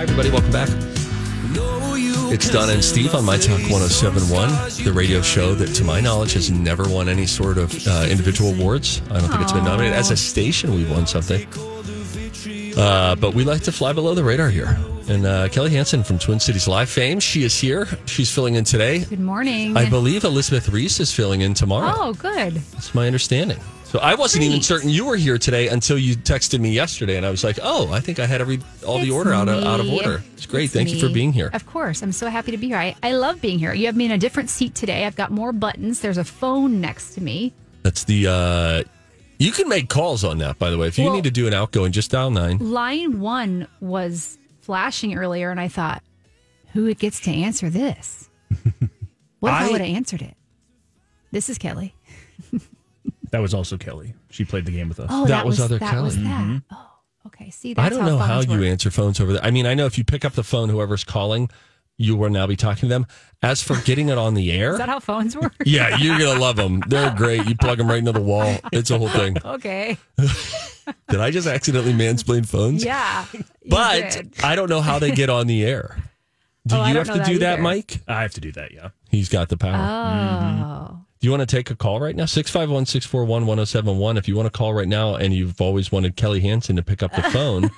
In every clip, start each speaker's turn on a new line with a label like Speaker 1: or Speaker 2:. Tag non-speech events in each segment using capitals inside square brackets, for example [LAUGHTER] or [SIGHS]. Speaker 1: Hi, everybody. Welcome back. It's Donna and Steve on My Talk 1071, the radio show that, to my knowledge, has never won any sort of uh, individual awards. I don't think it's been nominated. As a station, we've won something. Uh, but we like to fly below the radar here. And uh, Kelly Hansen from Twin Cities Live fame, she is here. She's filling in today.
Speaker 2: Good morning.
Speaker 1: I believe Elizabeth Reese is filling in tomorrow.
Speaker 2: oh, good.
Speaker 1: That's my understanding. So I wasn't even certain you were here today until you texted me yesterday, and I was like, "Oh, I think I had every all the
Speaker 2: It's
Speaker 1: order out of,
Speaker 2: me.
Speaker 1: out of order." It's great.
Speaker 2: It's
Speaker 1: Thank you for
Speaker 2: me.
Speaker 1: being here.
Speaker 2: Of course. I'm so happy to be here. I, I love being here. You have me in a different seat today. I've got more buttons. There's a phone next to me.
Speaker 1: That's the. uh You can make calls on that, by the way. If you
Speaker 2: Well-
Speaker 1: need to do an outgoing, just dial nine.
Speaker 2: Line one was flashing earlier, and I thought, who gets to
Speaker 1: [LAUGHS]
Speaker 2: answer this? What if I,
Speaker 3: I-
Speaker 2: would have answered it? This is Kelly.
Speaker 3: That was also Kelly. She played the game with us.
Speaker 2: Oh,
Speaker 1: That
Speaker 2: that,
Speaker 1: was
Speaker 2: was,
Speaker 1: other
Speaker 2: that
Speaker 1: Kelly. Mm-hmm.
Speaker 2: was that. Oh, okay. See, that's
Speaker 1: I don't know how
Speaker 2: phones
Speaker 1: you
Speaker 2: work.
Speaker 1: answer phones over there. I mean, I know if you pick up the phone, whoever's calling, you will now be talking to them. As for getting it on the air,
Speaker 2: Is that how phones work?
Speaker 1: [LAUGHS] yeah, you're gonna love them. They're great. You plug them right into the wall. It's a whole thing. [LAUGHS]
Speaker 2: Okay.
Speaker 1: Did I just accidentally mansplain phones?
Speaker 2: Yeah. you
Speaker 1: but
Speaker 2: did.
Speaker 1: I don't know how they get on the air. Do
Speaker 2: [LAUGHS] Oh, I
Speaker 1: you
Speaker 2: don't
Speaker 1: have to
Speaker 2: know that
Speaker 1: do that,
Speaker 2: either.
Speaker 1: Mike?
Speaker 3: I have to do that, yeah.
Speaker 1: He's got the
Speaker 2: Oh.
Speaker 1: power. do you want to take a call right now? 651 641 1071. If you want to call right now and you've always wanted Kelly Hansen to pick up the
Speaker 2: [LAUGHS]
Speaker 1: phone,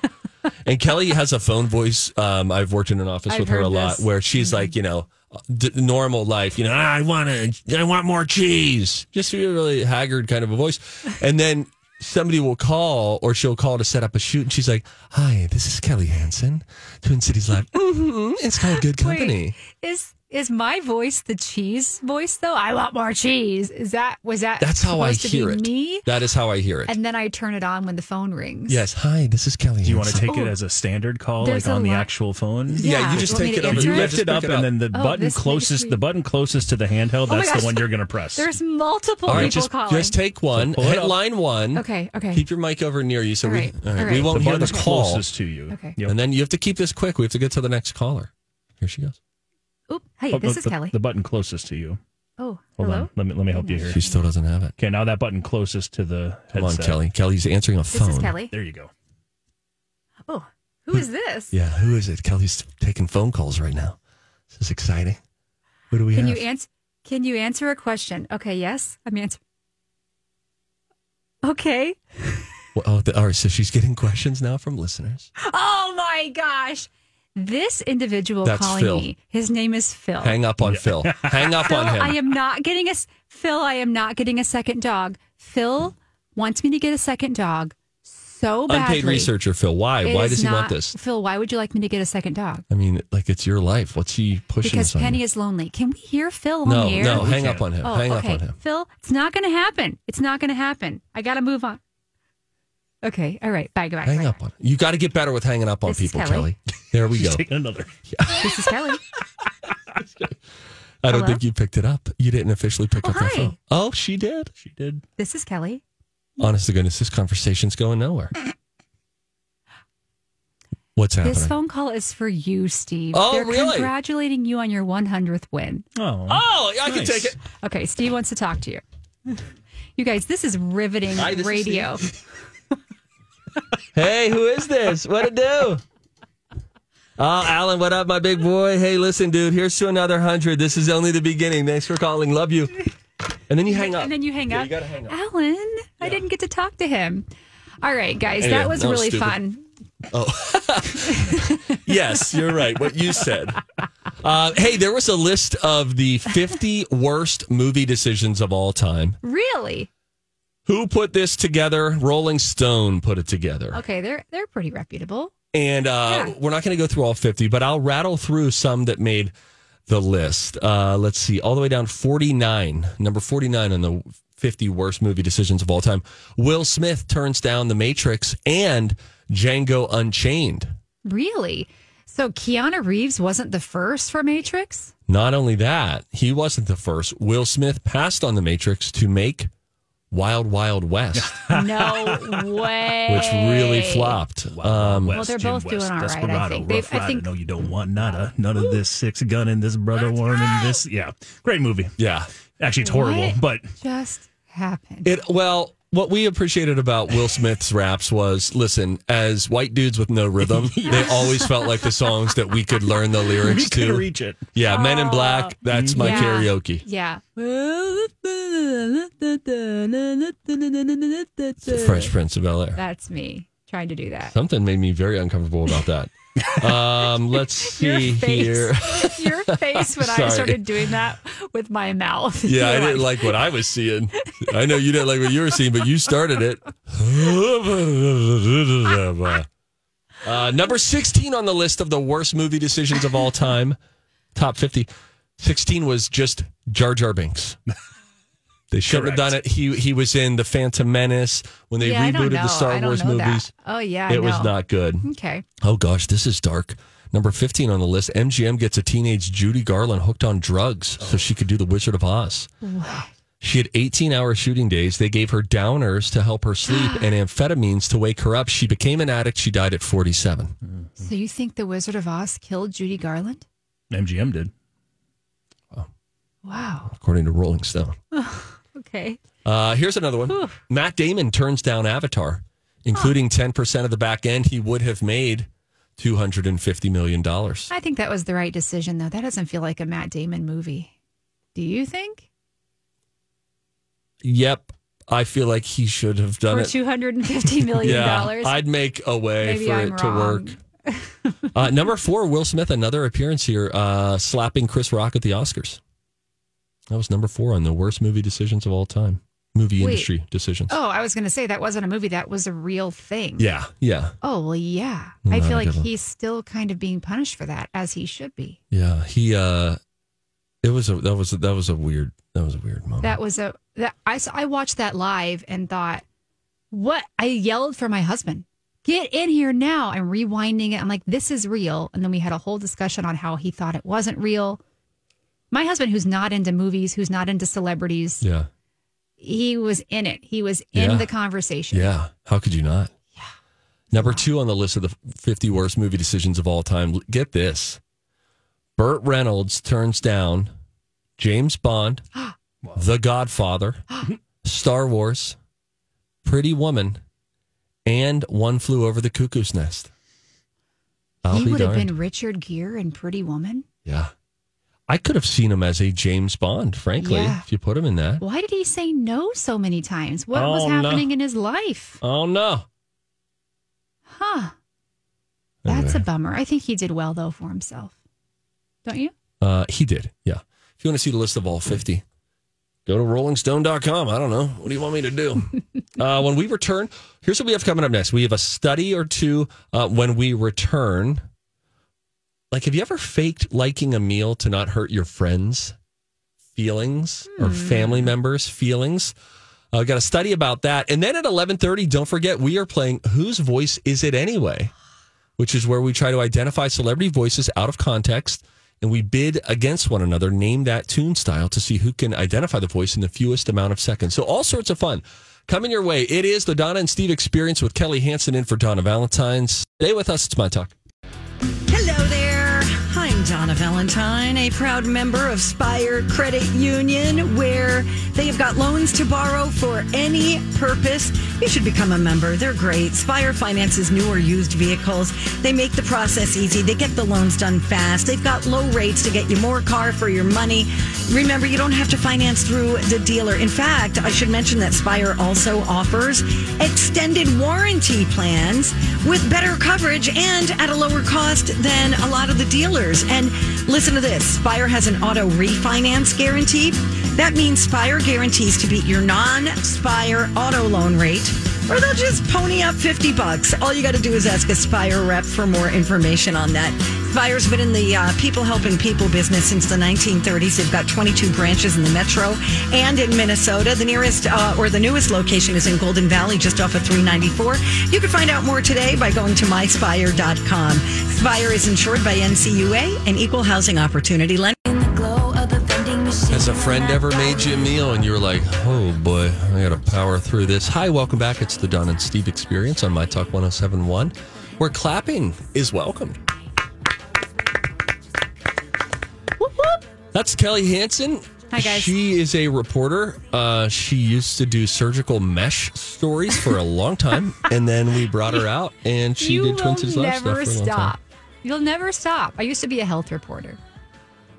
Speaker 1: and Kelly has a phone voice. Um, I've worked in an office
Speaker 2: I've
Speaker 1: with her a
Speaker 2: heard
Speaker 1: lot
Speaker 2: this. Mm-hmm.
Speaker 1: where she's like, you know, d- normal life, you know, "Ah, I want to, I want more cheese. Just a really haggard kind of a
Speaker 2: [LAUGHS]
Speaker 1: voice. And then somebody will call or she'll call to set up a shoot. And she's like, hi, this is Kelly Hansen, Twin Cities Live. hmm
Speaker 2: Mm-hmm.
Speaker 1: It's called Good Company.
Speaker 2: Is is my voice the cheese voice though? I want more cheese. Is that was that
Speaker 1: That's how I
Speaker 2: supposed to be
Speaker 1: hear it.
Speaker 2: Me?
Speaker 1: That is how I hear it.
Speaker 2: And then I turn it on when the phone rings.
Speaker 1: yes. Hi, this is Kelly.
Speaker 3: Do you want to
Speaker 1: Hansen.
Speaker 3: take it as a standard call,
Speaker 2: There's
Speaker 3: like
Speaker 2: a
Speaker 3: on the
Speaker 2: lot-
Speaker 3: actual phone?
Speaker 1: Yeah,
Speaker 2: Yeah.
Speaker 1: you just
Speaker 2: Want me
Speaker 1: take it
Speaker 2: to
Speaker 1: over.
Speaker 2: answer
Speaker 3: You
Speaker 2: it?
Speaker 3: lift
Speaker 1: just
Speaker 3: it up,
Speaker 1: pick
Speaker 3: and then the
Speaker 2: Oh,
Speaker 3: button
Speaker 2: this makes
Speaker 3: closest,
Speaker 2: me-
Speaker 3: the button closest to the handheld,
Speaker 2: my
Speaker 3: that's
Speaker 2: gosh.
Speaker 3: the one you're going to press.
Speaker 2: There's multiple
Speaker 1: All right,
Speaker 2: people
Speaker 1: just,
Speaker 2: calling.
Speaker 1: just take one.
Speaker 3: pull it
Speaker 1: Hit
Speaker 3: up.
Speaker 1: line one.
Speaker 2: okay, okay.
Speaker 1: Keep your mic over near you so
Speaker 2: All
Speaker 1: we
Speaker 2: right,
Speaker 1: all right,
Speaker 2: all
Speaker 1: we
Speaker 2: right.
Speaker 1: won't
Speaker 3: the
Speaker 1: hear the
Speaker 3: button's
Speaker 1: call.
Speaker 3: closest to you.
Speaker 2: Okay.
Speaker 3: Yep.
Speaker 1: And then you have to keep this quick. We have to get to the next caller. Here she goes.
Speaker 2: Oop, hey,
Speaker 3: Oh,
Speaker 2: this
Speaker 3: the,
Speaker 2: is
Speaker 3: the-
Speaker 2: Kelly.
Speaker 3: The button closest to you.
Speaker 2: oh,
Speaker 3: Hold
Speaker 2: hello.
Speaker 3: on. Let me let me help you here.
Speaker 1: She still doesn't have it.
Speaker 3: Okay, now that button closest to the
Speaker 1: Come on,
Speaker 3: headset.
Speaker 1: Kelly. Kelly's answering a
Speaker 2: This
Speaker 1: phone.
Speaker 2: is Kelly.
Speaker 3: There you go.
Speaker 2: Oh, who is this?
Speaker 1: Yeah, who is it? Kelly's taking phone calls right now. This is exciting. What do we
Speaker 2: Can
Speaker 1: have?
Speaker 2: you answer? Can you answer a question? Okay, yes, I'm answering. Okay.
Speaker 1: Well, oh, the, all right. So she's getting questions now from listeners.
Speaker 2: Oh my gosh, this individual
Speaker 1: That's
Speaker 2: calling
Speaker 1: Phil.
Speaker 2: me. His name is Phil.
Speaker 1: Hang up on Phil. Hang up
Speaker 2: Oh. Phil,
Speaker 1: on him.
Speaker 2: I am not getting a s- Phil. I am not getting a second dog. Phil wants me to get a second dog so badly.
Speaker 1: Unpaid researcher Phil. Why?
Speaker 2: It
Speaker 1: Why
Speaker 2: is
Speaker 1: does he want
Speaker 2: not-
Speaker 1: this?
Speaker 2: Phil, why would you like me to get a second dog?
Speaker 1: I mean, like it's your life. What's he pushing?
Speaker 2: Because
Speaker 1: this on
Speaker 2: Penny
Speaker 1: you?
Speaker 2: is lonely. Can we hear Phil
Speaker 1: no,
Speaker 2: on the air?
Speaker 1: no.
Speaker 3: We
Speaker 1: Hang
Speaker 3: can't.
Speaker 1: up on him.
Speaker 2: Oh,
Speaker 1: hang
Speaker 2: okay.
Speaker 1: up on him.
Speaker 2: Phil, it's not going to happen. It's not going to happen. I got to move on. Okay. All right. Bye. Goodbye.
Speaker 1: Hang
Speaker 2: Bye.
Speaker 1: up on. You got to get better with hanging up on
Speaker 2: This is
Speaker 1: people, Kelly.
Speaker 2: Kelly.
Speaker 1: There
Speaker 2: [LAUGHS]
Speaker 1: we go.
Speaker 3: She's taking another.
Speaker 2: This is Kelly.
Speaker 1: I don't
Speaker 2: Hello?
Speaker 1: think you picked it up. You didn't officially pick
Speaker 2: Oh,
Speaker 1: up the
Speaker 2: hi.
Speaker 1: phone. Oh, she did.
Speaker 3: She did.
Speaker 2: This is Kelly.
Speaker 1: Honest to goodness, this conversation's going nowhere. What's happening?
Speaker 2: This phone call is for you, Steve.
Speaker 1: Oh,
Speaker 2: They're
Speaker 1: really?
Speaker 2: congratulating you on your 100th win.
Speaker 3: Oh.
Speaker 1: oh, I can
Speaker 3: Nice.
Speaker 1: take it.
Speaker 2: Okay, Steve wants to talk to you. You guys, this is riveting
Speaker 1: Hi, this is
Speaker 2: radio.
Speaker 1: Hey, who is this? What it do?
Speaker 2: [LAUGHS]
Speaker 1: Oh, Alan, what up, my big boy? Hey, listen, dude, here's to another hundred. This is only the beginning. Thanks for calling. Love you. And then you [LAUGHS] hang up.
Speaker 2: and then you hang
Speaker 1: Yeah,
Speaker 2: up.
Speaker 1: you gotta hang up.
Speaker 2: Alan, I didn't get to talk to him. All right, guys,
Speaker 1: Anyway,
Speaker 2: that was
Speaker 1: that was
Speaker 2: really
Speaker 1: stupid.
Speaker 2: fun.
Speaker 1: Yes, you're right. What you said. Uh, hey, there was a list of the 50 worst movie decisions of all time.
Speaker 2: Really?
Speaker 1: Who put this together? Rolling Stone put it together.
Speaker 2: Okay, they're they're pretty reputable.
Speaker 1: And uh,
Speaker 2: Yeah.
Speaker 1: we're not going to go through all 50, but I'll rattle through some that made the list. Uh, let's see, all the way down 49, number 49 on the 50 worst movie decisions of all time. Will Smith turns down The Matrix and Django Unchained.
Speaker 2: Really? So Keanu Reeves wasn't the first
Speaker 1: [LAUGHS]
Speaker 2: for Matrix?
Speaker 1: Not only that, he wasn't the first. Will Smith passed on The Matrix to make Wild Wild West,
Speaker 2: No way.
Speaker 1: which really flopped. Um,
Speaker 3: West,
Speaker 2: they're
Speaker 3: Jim
Speaker 2: both doing
Speaker 3: West,
Speaker 2: all right, I
Speaker 3: Desperado,
Speaker 2: think. They've-
Speaker 3: Rough
Speaker 2: I
Speaker 3: Rider.
Speaker 2: think-
Speaker 3: No, you don't want nada. None of this six gun in this brother one and this. Yeah, great movie.
Speaker 1: yeah.
Speaker 3: Actually, it's horrible,
Speaker 2: What?
Speaker 3: but
Speaker 2: Just happened.
Speaker 1: It well, what we appreciated about Will Smith's raps was, listen, as white dudes with no rhythm, they always felt like the songs that we could learn the
Speaker 3: we
Speaker 1: lyrics
Speaker 3: could
Speaker 1: to.
Speaker 3: reach it.
Speaker 1: yeah, Men in Black, that's my
Speaker 2: Yeah.
Speaker 1: karaoke.
Speaker 2: yeah.
Speaker 1: Fresh Prince of Bel Air.
Speaker 2: That's me trying to do that.
Speaker 1: Something made me very uncomfortable about that. um, let's see
Speaker 2: Your face.
Speaker 1: [LAUGHS] here. [LAUGHS]
Speaker 2: Your face when I
Speaker 1: Sorry.
Speaker 2: started doing that with my mouth.
Speaker 1: Yeah, I
Speaker 2: [LAUGHS] You're
Speaker 1: didn't like what I was seeing. I know you didn't like what you were seeing, but you started it. [LAUGHS] Uh, number 16 on the list of the worst movie decisions of all time, top 50. 16 was just Jar Jar Binks. They shouldn't have done it. He he was in The Phantom Menace when they
Speaker 2: Yeah, I don't
Speaker 1: rebooted
Speaker 2: know.
Speaker 1: the Star
Speaker 2: I don't
Speaker 1: Wars
Speaker 2: know that.
Speaker 1: movies.
Speaker 2: Oh yeah, I
Speaker 1: it was
Speaker 2: know.
Speaker 1: not good.
Speaker 2: Okay.
Speaker 1: Oh gosh, this is dark. Number 15 on the list, MGM gets a teenage Judy Garland hooked on drugs so she could do The Wizard of Oz. She had 18 hour shooting days. They gave her downers to help her sleep and amphetamines to wake her up. She became an addict. She died at 47.
Speaker 2: So you think the Wizard of Oz killed Judy Garland?
Speaker 3: MGM did.
Speaker 2: Wow.
Speaker 1: according to Rolling Stone.
Speaker 2: Okay.
Speaker 1: Uh, here's another one. Matt Damon turns down Avatar, including 10% of the back end he would have made $250 million.
Speaker 2: I think that was the right decision though. That doesn't feel like a Matt Damon movie. Do you think?
Speaker 1: Yep. I feel like he should have done
Speaker 2: For
Speaker 1: it.
Speaker 2: two hundred
Speaker 1: [LAUGHS]
Speaker 2: and fifty million dollars.
Speaker 1: I'd make a way
Speaker 2: Maybe
Speaker 1: for
Speaker 2: I'm
Speaker 1: it to
Speaker 2: wrong. [LAUGHS]
Speaker 1: work. uh, number four, Will Smith, another appearance here, uh, slapping Chris Rock at the Oscars. That was number four on the worst movie decisions of all time. Movie
Speaker 2: Wait.
Speaker 1: industry decisions.
Speaker 2: Oh, I was gonna say that wasn't a movie, that was a real thing.
Speaker 1: Yeah, yeah,
Speaker 2: Oh well yeah. I
Speaker 1: Not
Speaker 2: feel
Speaker 1: a
Speaker 2: like
Speaker 1: good one.
Speaker 2: he's still kind of being punished for that, as he should be.
Speaker 1: yeah. He, uh, it was a that was that was a weird that was a weird moment.
Speaker 2: That was a that I s- I watched that live and thought, what? I yelled for my husband, get in here now! I'm rewinding it. I'm like, this is real. And then we had a whole discussion on how he thought it wasn't real. My husband, who's not into movies, who's not into celebrities,
Speaker 1: yeah,
Speaker 2: he was in it. He was in
Speaker 1: Yeah.
Speaker 2: the conversation.
Speaker 1: yeah. How could you not? Yeah. Number two on the list of the 50 worst movie decisions of all time. Get this: Burt Reynolds turns down James
Speaker 2: [GASPS]
Speaker 1: Bond, [GASPS] The Godfather, Star Wars, Pretty Woman, and One Flew Over the Cuckoo's Nest. I'll
Speaker 2: he
Speaker 1: be
Speaker 2: would have
Speaker 1: darned.
Speaker 2: been Richard Gere in Pretty Woman.
Speaker 1: Yeah. I could have seen him as a James Bond, frankly,
Speaker 2: Yeah.
Speaker 1: if you put him in that.
Speaker 2: Why did he say no so many times? What was
Speaker 1: Oh, no.
Speaker 2: happening in his life?
Speaker 1: Oh, no.
Speaker 2: Huh. That's a
Speaker 1: Anyway.
Speaker 2: bummer. I think he did well though for himself. Don't you?
Speaker 1: Uh, he did. Yeah. If you want to see the list of all 50, go to rollingstone.com. I don't know. What do you want me to do? uh, when we return, here's what we have coming up next. We have a study or two uh, when we return. Like, have you ever faked liking a meal to not hurt your friends' feelings or family members' feelings? Uh, we got a study about that. And then at 11:30, don't forget we are playing Whose Voice Is It Anyway? which is where we try to identify celebrity voices out of context and we bid against one another, name that tune style to see who can identify the voice in the fewest amount of seconds. So, all sorts of fun coming your way. It is the Donna and Steve experience with Kelly Hansen in for Donna Valentine's. Stay with us. It's my talk.
Speaker 4: Hello there. I'm Donna Valentine, a proud member of Spire Credit Union, where they have got loans to borrow for any purpose. You should become a member. They're great. Spire finances new or used vehicles. They make the process easy. They get the loans done fast. They've got low rates to get you more car for your money. Remember, you don't have to finance through the dealer. In fact, I should mention that Spire also offers extended warranty plans with better coverage and at a lower cost than a lot of the dealers. And listen to this Spire has an auto refinance guarantee. That means Spire guarantees to beat your non Spire auto loan rate. Or they'll just pony up 50 bucks. All you got to do is ask a Spire rep for more information on that. Spire's been in the uh, people helping people business since the 1930s. They've got 22 branches in the metro and in Minnesota. The nearest uh, or the newest location is in Golden Valley, just off of 394. You can find out more today by going to myspire.com. Spire is insured by NCUA, an equal housing opportunity lender.
Speaker 1: Has a friend ever made you a meal and you were like, oh boy, I got to power through this? Hi, welcome back. It's the Don and Steve Experience on My Talk 1071, where clapping is welcomed. That's Kelly Hansen.
Speaker 2: Hi, guys.
Speaker 1: She is a reporter. Uh, she used to do surgical mesh stories for a long
Speaker 2: [LAUGHS]
Speaker 1: time, and then we brought her out, and she
Speaker 2: you
Speaker 1: did Twin
Speaker 2: will
Speaker 1: Cities Live stuff for
Speaker 2: never
Speaker 1: a long time.
Speaker 2: stop. You'll never stop. I used to be a health reporter,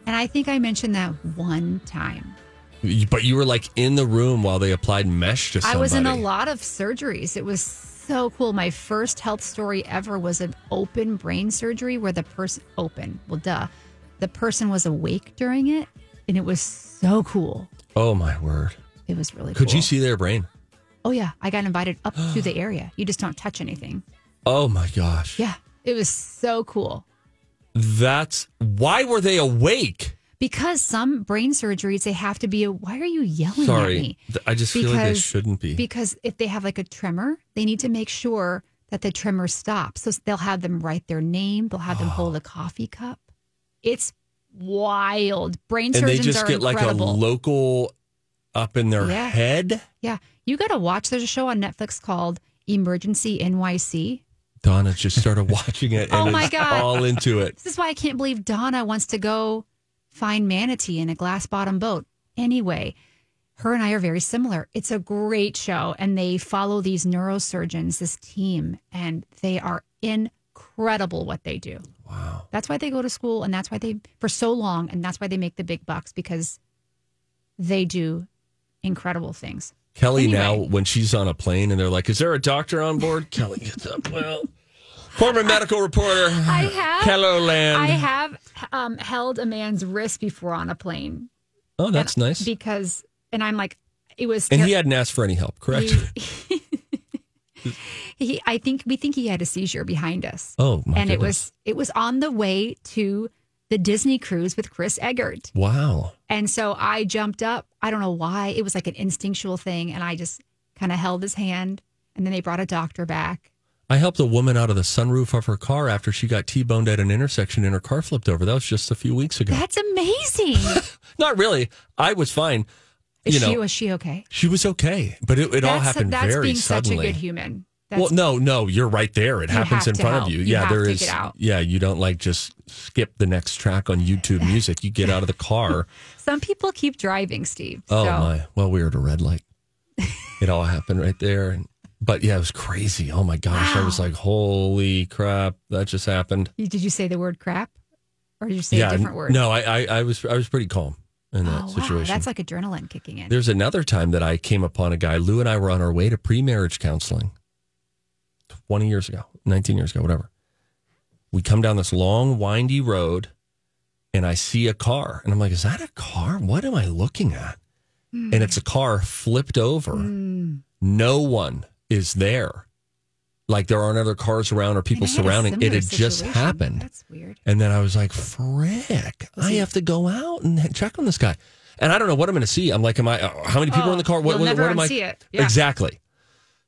Speaker 2: and I think I mentioned that one time.
Speaker 1: You- But you were like in the room while they applied mesh to somebody.
Speaker 2: I was in a lot of surgeries. It was so cool. My first health story ever was an open brain surgery where the person open. Well, duh, the person was awake during it, and it was so cool.
Speaker 1: Oh my word!
Speaker 2: It was really
Speaker 1: Could
Speaker 2: cool.
Speaker 1: you see their brain?
Speaker 2: Oh yeah, I got invited up to the area. You just don't touch anything.
Speaker 1: Oh my gosh!
Speaker 2: Yeah, it was so cool.
Speaker 1: That's why were they awake?
Speaker 2: because some brain surgeries they have to be a, why are you yelling
Speaker 1: Sorry.
Speaker 2: at me
Speaker 1: Th- I just feel like they shouldn't be.
Speaker 2: because if they have like a tremor they need to make sure that the tremor stops so they'll have them write their name they'll have them
Speaker 1: [GASPS]
Speaker 2: hold a coffee cup it's wild brain
Speaker 1: and
Speaker 2: surgeons
Speaker 1: they just
Speaker 2: are
Speaker 1: get
Speaker 2: incredible
Speaker 1: like a local up in their
Speaker 2: Yeah.
Speaker 1: head.
Speaker 2: yeah you gotta watch there's a show on netflix called emergency nyc
Speaker 1: Donna just started [LAUGHS] watching it and
Speaker 2: Oh my
Speaker 1: is
Speaker 2: God.
Speaker 1: all into it.
Speaker 2: this is why i can't believe donna wants to go find manatee in a glass bottom boat anyway her and I are very similar. It's a great show, and they follow these neurosurgeons, this team, and they are incredible what they do. Wow. That's why they go to school, and that's why they, for so long, and that's why they make the big bucks because they do incredible things.
Speaker 1: Kelly
Speaker 2: Anyway.
Speaker 1: now, when she's on a plane and they're like, "Is there a doctor on board?" Kelly gets up. Well, former medical reporter.
Speaker 2: I have.
Speaker 1: Hello, Land.
Speaker 2: I have um, held a man's wrist before on a plane
Speaker 1: oh, that's nice.
Speaker 2: because, and I'm like, it was.
Speaker 1: and
Speaker 2: ter-
Speaker 1: he hadn't asked for any help, correct?
Speaker 2: [LAUGHS] he, I think we think he had a seizure behind us.
Speaker 1: oh my!
Speaker 2: and it
Speaker 1: goodness.
Speaker 2: was it was on the way to the Disney cruise with Chris Eggert.
Speaker 1: wow.
Speaker 2: And so I jumped up. I don't know why. It was like an instinctual thing and I just kind of held his hand and then they brought a doctor back.
Speaker 1: I helped a woman out of the sunroof of her car after she got T-boned at an intersection and her car flipped over. That was just a few weeks ago.
Speaker 2: That's
Speaker 1: [LAUGHS]
Speaker 2: amazing.
Speaker 1: Not really. I was fine.
Speaker 2: Is
Speaker 1: You know,
Speaker 2: she was she okay?
Speaker 1: she was okay, but it, it all
Speaker 2: That's-
Speaker 1: happened
Speaker 2: that's
Speaker 1: very
Speaker 2: being
Speaker 1: suddenly.
Speaker 2: such a good human. That's
Speaker 1: well, no, no, you're right there. It
Speaker 2: You
Speaker 1: happens
Speaker 2: have
Speaker 1: in
Speaker 2: to
Speaker 1: front
Speaker 2: help.
Speaker 1: of you.
Speaker 2: You
Speaker 1: yeah,
Speaker 2: have
Speaker 1: there
Speaker 2: to
Speaker 1: is.
Speaker 2: get out.
Speaker 1: Yeah, you don't like just skip the next track on YouTube music. You get out of the
Speaker 2: [LAUGHS]
Speaker 1: car.
Speaker 2: some people keep driving, Steve.
Speaker 1: Oh
Speaker 2: so
Speaker 1: my! Well, we were at a red light. It all happened right there. And, but yeah, it was crazy. Oh my gosh! I was like, holy crap! That just happened.
Speaker 2: You- did you say the word crap? Or did you say
Speaker 1: yeah.
Speaker 2: a different word?
Speaker 1: No, I, I, I was, I was pretty calm in that
Speaker 2: Oh,
Speaker 1: situation.
Speaker 2: Wow, that's like adrenaline kicking in.
Speaker 1: There's another time that I came upon a guy. Lou and I were on our way to pre-marriage counseling 20 years ago, 19 years ago, whatever. We come down this long, windy road and I see a car. And I'm like, is that a car? What am I looking at?
Speaker 2: Hmm.
Speaker 1: And it's a car flipped over. No one is there. Like there aren't other cars around or people
Speaker 2: And I had a
Speaker 1: surrounding. It
Speaker 2: similar
Speaker 1: had just
Speaker 2: situation.
Speaker 1: happened.
Speaker 2: That's weird. [LAUGHS]
Speaker 1: And then I was like, frick, I have to go out and [LAUGHS] check on this guy. And I don't know what I'm going to see. I'm like, am I, uh, how many people are in the car? What,
Speaker 2: Oh, you'll
Speaker 1: what,
Speaker 2: never
Speaker 1: what am I?
Speaker 2: unsee it. Yeah.
Speaker 1: Exactly.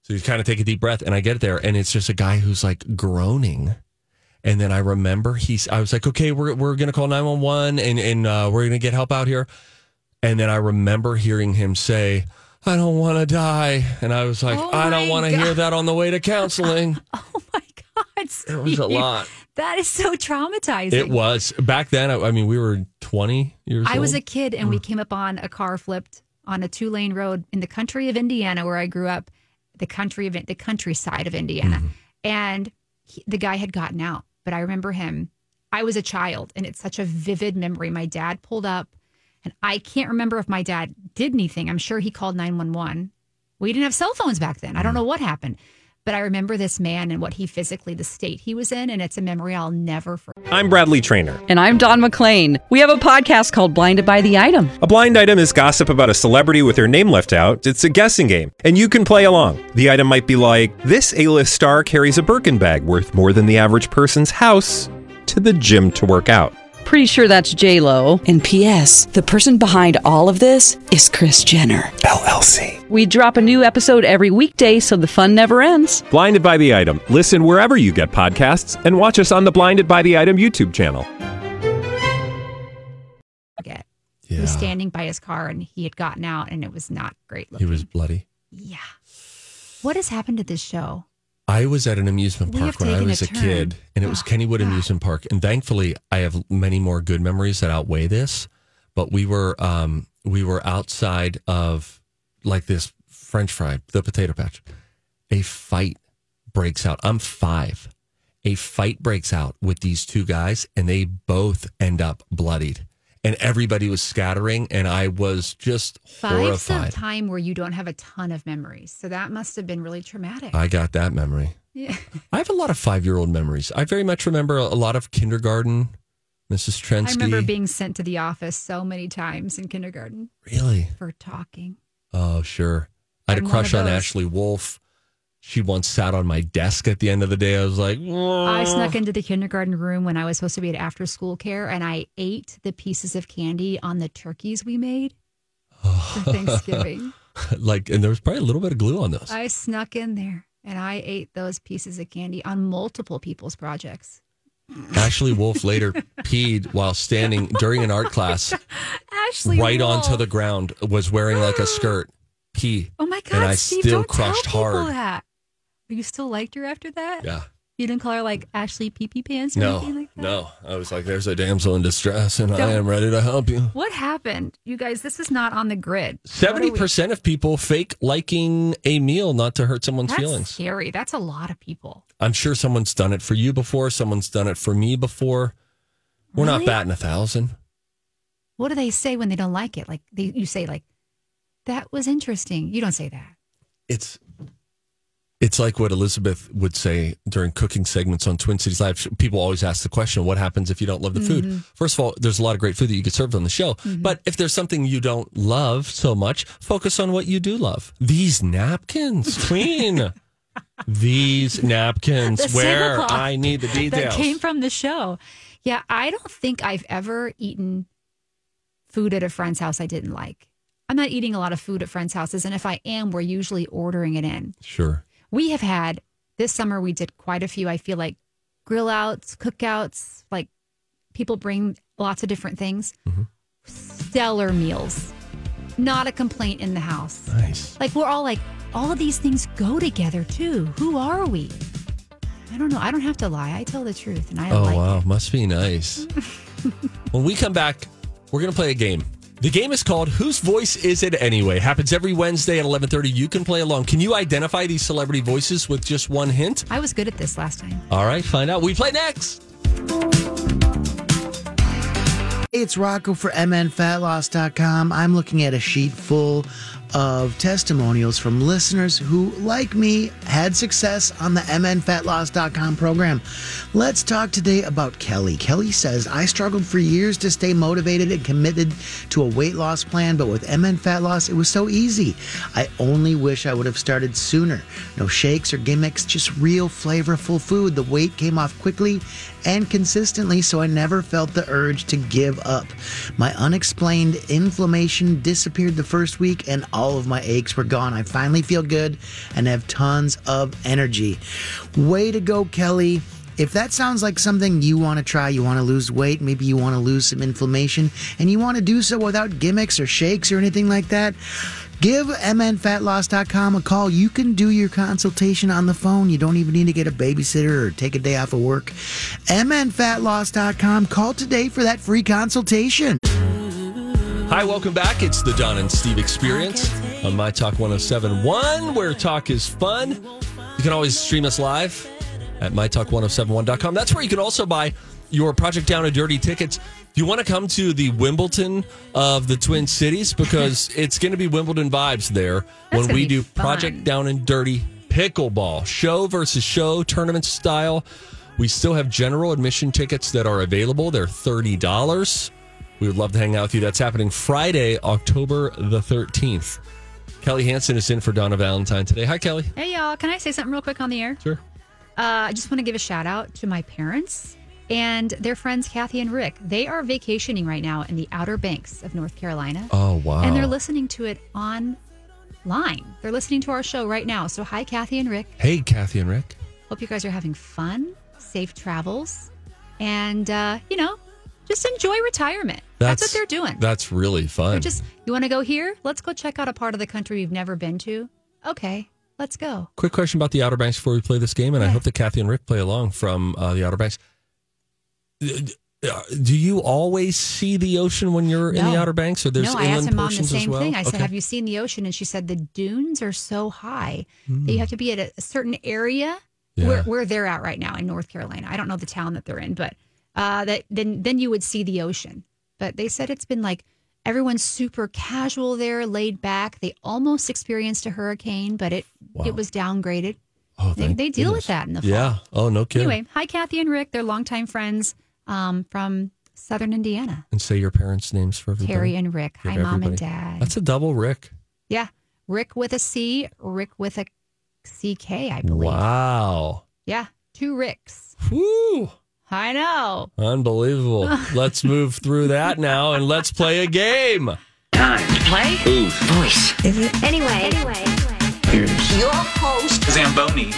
Speaker 1: So you kind of take a deep breath and I get there and it's just a guy who's like groaning. And then I remember he's, I was like, okay, we're, we're going to call 911 and, and uh, we're going to get help out here. And then I remember hearing him say, I don't want to die. And I was like,
Speaker 2: Oh
Speaker 1: I don't
Speaker 2: my
Speaker 1: want to
Speaker 2: God.
Speaker 1: hear that on the way to
Speaker 2: [LAUGHS]
Speaker 1: counseling.
Speaker 2: Oh my God.
Speaker 1: it was a
Speaker 2: Steve.
Speaker 1: lot.
Speaker 2: That is so traumatizing.
Speaker 1: It was back then. I, I mean, we were 20 years old.
Speaker 2: I was a kid and we came upon a car flipped on a two lane road in the country of Indiana where I grew up, the country of the countryside of Indiana. And he, the guy had gotten out, but I remember him. I was a child and it's such a vivid memory. My dad pulled up and I can't remember if my dad did anything. I'm sure he called 911. We didn't have cell phones back then. I don't know what happened. But I remember this man and what he physically, the state he was in, and it's a memory I'll never forget.
Speaker 5: I'm Bradley Trainer.
Speaker 6: And I'm Don McClain. We have a podcast called Blinded by the Item.
Speaker 5: A blind item is gossip about a celebrity with their name left out. It's a guessing game, and you can play along. The item might be like this: A-list star carries a Birkin bag worth more than the average person's house to the gym to work out.
Speaker 6: Pretty sure that's J Lo.
Speaker 7: And P.S. The person behind all of this is Chris Jenner.
Speaker 5: LLC.
Speaker 6: We drop a new episode every weekday, so the fun never ends.
Speaker 5: Blinded by the item. Listen wherever you get podcasts, and watch us on the Blinded by the Item YouTube channel.
Speaker 2: He was
Speaker 1: Yeah.
Speaker 2: standing by his car and he had gotten out and it was not great
Speaker 1: He
Speaker 2: looking.
Speaker 1: was bloody.
Speaker 2: Yeah. What has happened to this show?
Speaker 1: I was at an amusement
Speaker 2: We
Speaker 1: park
Speaker 2: have
Speaker 1: when I
Speaker 2: taken a
Speaker 1: was a,
Speaker 2: turn.
Speaker 1: kid, and it was
Speaker 2: Oh,
Speaker 1: Kennywood
Speaker 2: God.
Speaker 1: Amusement Park. And thankfully, I have many more good memories that outweigh this. But we were um, we were outside of like this French fry, the potato patch. A fight breaks out. I'm five. A fight breaks out with these two guys, and they both end up bloodied. And everybody was scattering, and I was just
Speaker 2: Five's a
Speaker 1: horrified.
Speaker 2: time where you don't have a ton of memories. So that must have been really traumatic.
Speaker 1: I got that memory.
Speaker 2: [LAUGHS] yeah.
Speaker 1: I have a lot of five year old memories. I very much remember a lot of kindergarten, Mrs. Trensky.
Speaker 2: I remember being sent to the office so many times in kindergarten
Speaker 1: really.
Speaker 2: for talking.
Speaker 1: Oh, sure. I had a
Speaker 2: I'm one
Speaker 1: crush
Speaker 2: of
Speaker 1: on
Speaker 2: those.
Speaker 1: Ashley Wolf. She once sat on my desk at the end of the day. I was like, Oh.
Speaker 2: I snuck into the kindergarten room when I was supposed to be at after school care and I ate the pieces of candy on the turkeys we made
Speaker 1: [LAUGHS]
Speaker 2: for Thanksgiving.
Speaker 1: like, and there was probably a little bit of glue on those.
Speaker 2: I snuck in there and I ate those pieces of candy on multiple people's projects.
Speaker 1: [LAUGHS] Ashley Wolf later peed while standing during an art class,
Speaker 2: [LAUGHS] Ashley,
Speaker 1: right onto
Speaker 2: Wolf.
Speaker 1: the ground, was wearing like
Speaker 2: [GASPS]
Speaker 1: a skirt. Pee.
Speaker 2: Oh my god!
Speaker 1: and I
Speaker 2: Steve,
Speaker 1: still
Speaker 2: don't
Speaker 1: crushed
Speaker 2: tell people
Speaker 1: hard.
Speaker 2: That. But You still liked her after that?
Speaker 1: Yeah.
Speaker 2: You didn't call her like Ashley Pee Pee Pants or
Speaker 1: No,
Speaker 2: anything like that.
Speaker 1: no. I was like, there's a damsel in distress, and
Speaker 2: Don't-
Speaker 1: I am ready to help you.
Speaker 2: What happened, you guys? This is not on the grid. What are
Speaker 1: Seventy
Speaker 2: we-
Speaker 1: percent of people fake liking a meal not to hurt someone's
Speaker 2: That's
Speaker 1: feelings.
Speaker 2: scary. That's a lot of people.
Speaker 1: I'm sure someone's done it for you before. Someone's done it for me before. We're
Speaker 2: Really?
Speaker 1: not batting a thousand.
Speaker 2: What do they say when they don't like it? Like they, you say like, "That was interesting." You don't say that.
Speaker 1: It's it's like what Elizabeth would say during cooking segments on Twin Cities Live. People always ask the question, "What happens if you don't love the
Speaker 2: Mm-hmm.
Speaker 1: food?" First of all, there's a lot of great food that you get served on the show, but if there's something you don't love so much, focus on what you do love. These
Speaker 2: [LAUGHS]
Speaker 1: napkins, queen. These napkins,
Speaker 2: The
Speaker 1: where
Speaker 2: tablecloth
Speaker 1: I need the
Speaker 2: That
Speaker 1: details.
Speaker 2: came from the show. Yeah, I don't think I've ever eaten food at a friend's house I didn't like. I'm not eating a lot of food at friends' houses, and if I am, we're usually ordering it in.
Speaker 1: Sure.
Speaker 2: we have had this summer we did quite a few i feel like grill outs cookouts like people bring lots of different things
Speaker 1: Mm-hmm.
Speaker 2: stellar meals not a complaint in the house
Speaker 1: Nice.
Speaker 2: like we're all like all of these things go together too who are we i don't know i don't have to lie i tell the truth and i
Speaker 1: Oh,
Speaker 2: like
Speaker 1: wow.
Speaker 2: it
Speaker 1: Must be
Speaker 2: [LAUGHS]
Speaker 1: nice. when we come back, we're going to play a game. The game is called Whose Voice Is It Anyway? Happens every Wednesday at 11:30. You can play along. Can you identify these celebrity voices with just one hint?
Speaker 2: i was good at this last time
Speaker 1: All right, find out. We play next.
Speaker 8: Hey, it's Rocco for MNFatLoss.com. I'm looking at a sheet full of testimonials from listeners who, like me, had success on the MNFatLoss.com program. Let's talk today about Kelly. Kelly says, I struggled for years to stay motivated and committed to a weight loss plan, but with MN Fat Loss, it was so easy. I only wish I would have started sooner. No shakes or gimmicks, just real flavorful food. The weight came off quickly and consistently, so I never felt the urge to give up. My unexplained inflammation disappeared the first week, and all of my aches were gone. I finally feel good and have tons of energy. Way to go, Kelly. If that sounds like something you want to try, you want to lose weight, maybe you want to lose some inflammation, and you want to do so without gimmicks or shakes or anything like that, give mnfatloss.com a call. You can do your consultation on the phone. You don't even need to get a babysitter or take a day off of work. mnfatloss.com. Call today for that free consultation.
Speaker 1: Hi, welcome back. It's the Don and Steve Experience on My Talk 1071, where talk is fun. You can always stream us live at mytalk1071.com. That's where you can also buy your Project Down and Dirty tickets. You want to come to the Wimbledon of the Twin
Speaker 2: [LAUGHS]
Speaker 1: Cities because it's going to be Wimbledon vibes there
Speaker 2: That's
Speaker 1: when
Speaker 2: gonna
Speaker 1: we
Speaker 2: be
Speaker 1: do
Speaker 2: fun.
Speaker 1: Project Down and Dirty pickleball show versus show tournament style. We still have general admission tickets that are available. They're thirty dollars. We would love to hang out with you. That's happening Friday, October the thirteenth. Kelly Hansen is in for Donna Valentine today. Hi, Kelly.
Speaker 2: Hey, y'all. Can I say something real quick on the air?
Speaker 1: Sure.
Speaker 2: Uh, I just want to give a shout out to my parents and their friends, Kathy and Rick. They are vacationing right now in the Outer Banks of North Carolina.
Speaker 1: Oh wow!
Speaker 2: And they're listening to it online. They're listening to our show right now. So, hi, Kathy and Rick.
Speaker 1: Hey, Kathy and Rick.
Speaker 2: Hope you guys are having fun, safe travels, and, uh, you know, just enjoy retirement. That's, what they're doing.
Speaker 1: That's really fun.
Speaker 2: They're just, you want to go here? Let's go check out a part of the country we've never been to. Okay, let's go.
Speaker 1: Quick question about the Outer Banks before we play this game, and I hope that Kathy and Rick play along from uh, the Outer Banks. Uh, Do you always see the ocean when you're in the
Speaker 2: No.
Speaker 1: Outer Banks, or there's
Speaker 2: no, I
Speaker 1: inland
Speaker 2: asked my mom the
Speaker 1: portions as
Speaker 2: same
Speaker 1: well?
Speaker 2: thing. I said,
Speaker 1: Okay.
Speaker 2: "Have you seen the ocean?" And she said, "The dunes are so high that you have to be at a, a certain area
Speaker 1: Hmm. Yeah.
Speaker 2: where, where they're at right now in North Carolina. I don't know the town that they're in, but uh, that then then you would see the ocean. But they said it's been like everyone's super casual there, laid back. They almost experienced a hurricane, but it
Speaker 1: Wow.
Speaker 2: it was downgraded.
Speaker 1: Oh,
Speaker 2: they,
Speaker 1: thank
Speaker 2: they deal
Speaker 1: goodness.
Speaker 2: with that in the fall.
Speaker 1: Yeah. Oh, no kidding.
Speaker 2: Anyway, hi Kathy and Rick. They're longtime friends um, from Southern Indiana.
Speaker 1: And say your parents' names for everybody.
Speaker 2: Terry and Rick.
Speaker 1: Give
Speaker 2: Hi, mom and
Speaker 1: everybody-
Speaker 2: dad.
Speaker 1: That's a double Rick.
Speaker 2: Yeah. Rick with a C, Rick with a CK, I believe.
Speaker 1: Wow.
Speaker 2: Yeah. Two Ricks.
Speaker 1: Woo.
Speaker 2: I know. [LAUGHS]
Speaker 1: Unbelievable. let's move through that now and let's play a game.
Speaker 9: Time to play. Ooh, voice.
Speaker 10: Anyway, anyway, your host.
Speaker 9: Zamboni.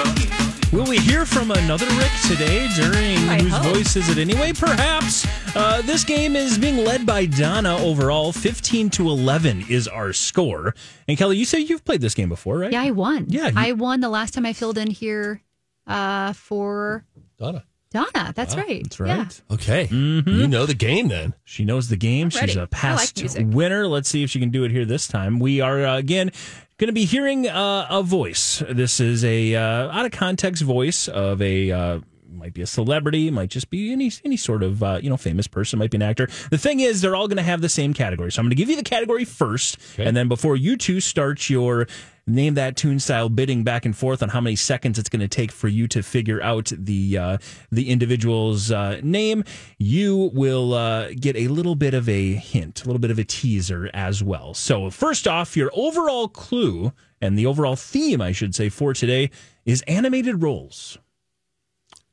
Speaker 3: Will we hear from another Rick today during
Speaker 9: I
Speaker 3: Whose
Speaker 9: hope.
Speaker 3: Voice Is It Anyway? Perhaps. Uh, this game is being led by Donna overall. 15 to 11 is our score. And Kelly, you say you've played this game before, right?
Speaker 2: Yeah, I won.
Speaker 3: Yeah, you-
Speaker 2: I won the last time I filled in here uh, for
Speaker 1: Donna.
Speaker 2: Donna. That's
Speaker 1: Ah,
Speaker 3: Wow,
Speaker 2: right.
Speaker 3: That's
Speaker 2: Yeah.
Speaker 3: right.
Speaker 1: Okay.
Speaker 2: Mm-hmm.
Speaker 1: You know the game then.
Speaker 3: She knows the game. She's
Speaker 2: ready.
Speaker 3: a
Speaker 2: I like
Speaker 3: past
Speaker 2: music.
Speaker 3: winner. Let's see if she can do it here this time. We are, uh, again, going to be hearing uh, a voice. This is a uh, out of context voice of a. Uh, might be a celebrity, might just be any any sort of uh, you know famous person, might be an actor. The thing is, they're all going to have the same category. So I'm going to give you the category first, and then before you two start your name that tune style bidding back and forth on how many seconds it's going to take for you to figure out the uh, the individual's uh, name, you will uh, get a little bit of a hint, a little bit of a teaser as well. So first off, your overall clue and the overall theme, I should say, for today is animated roles.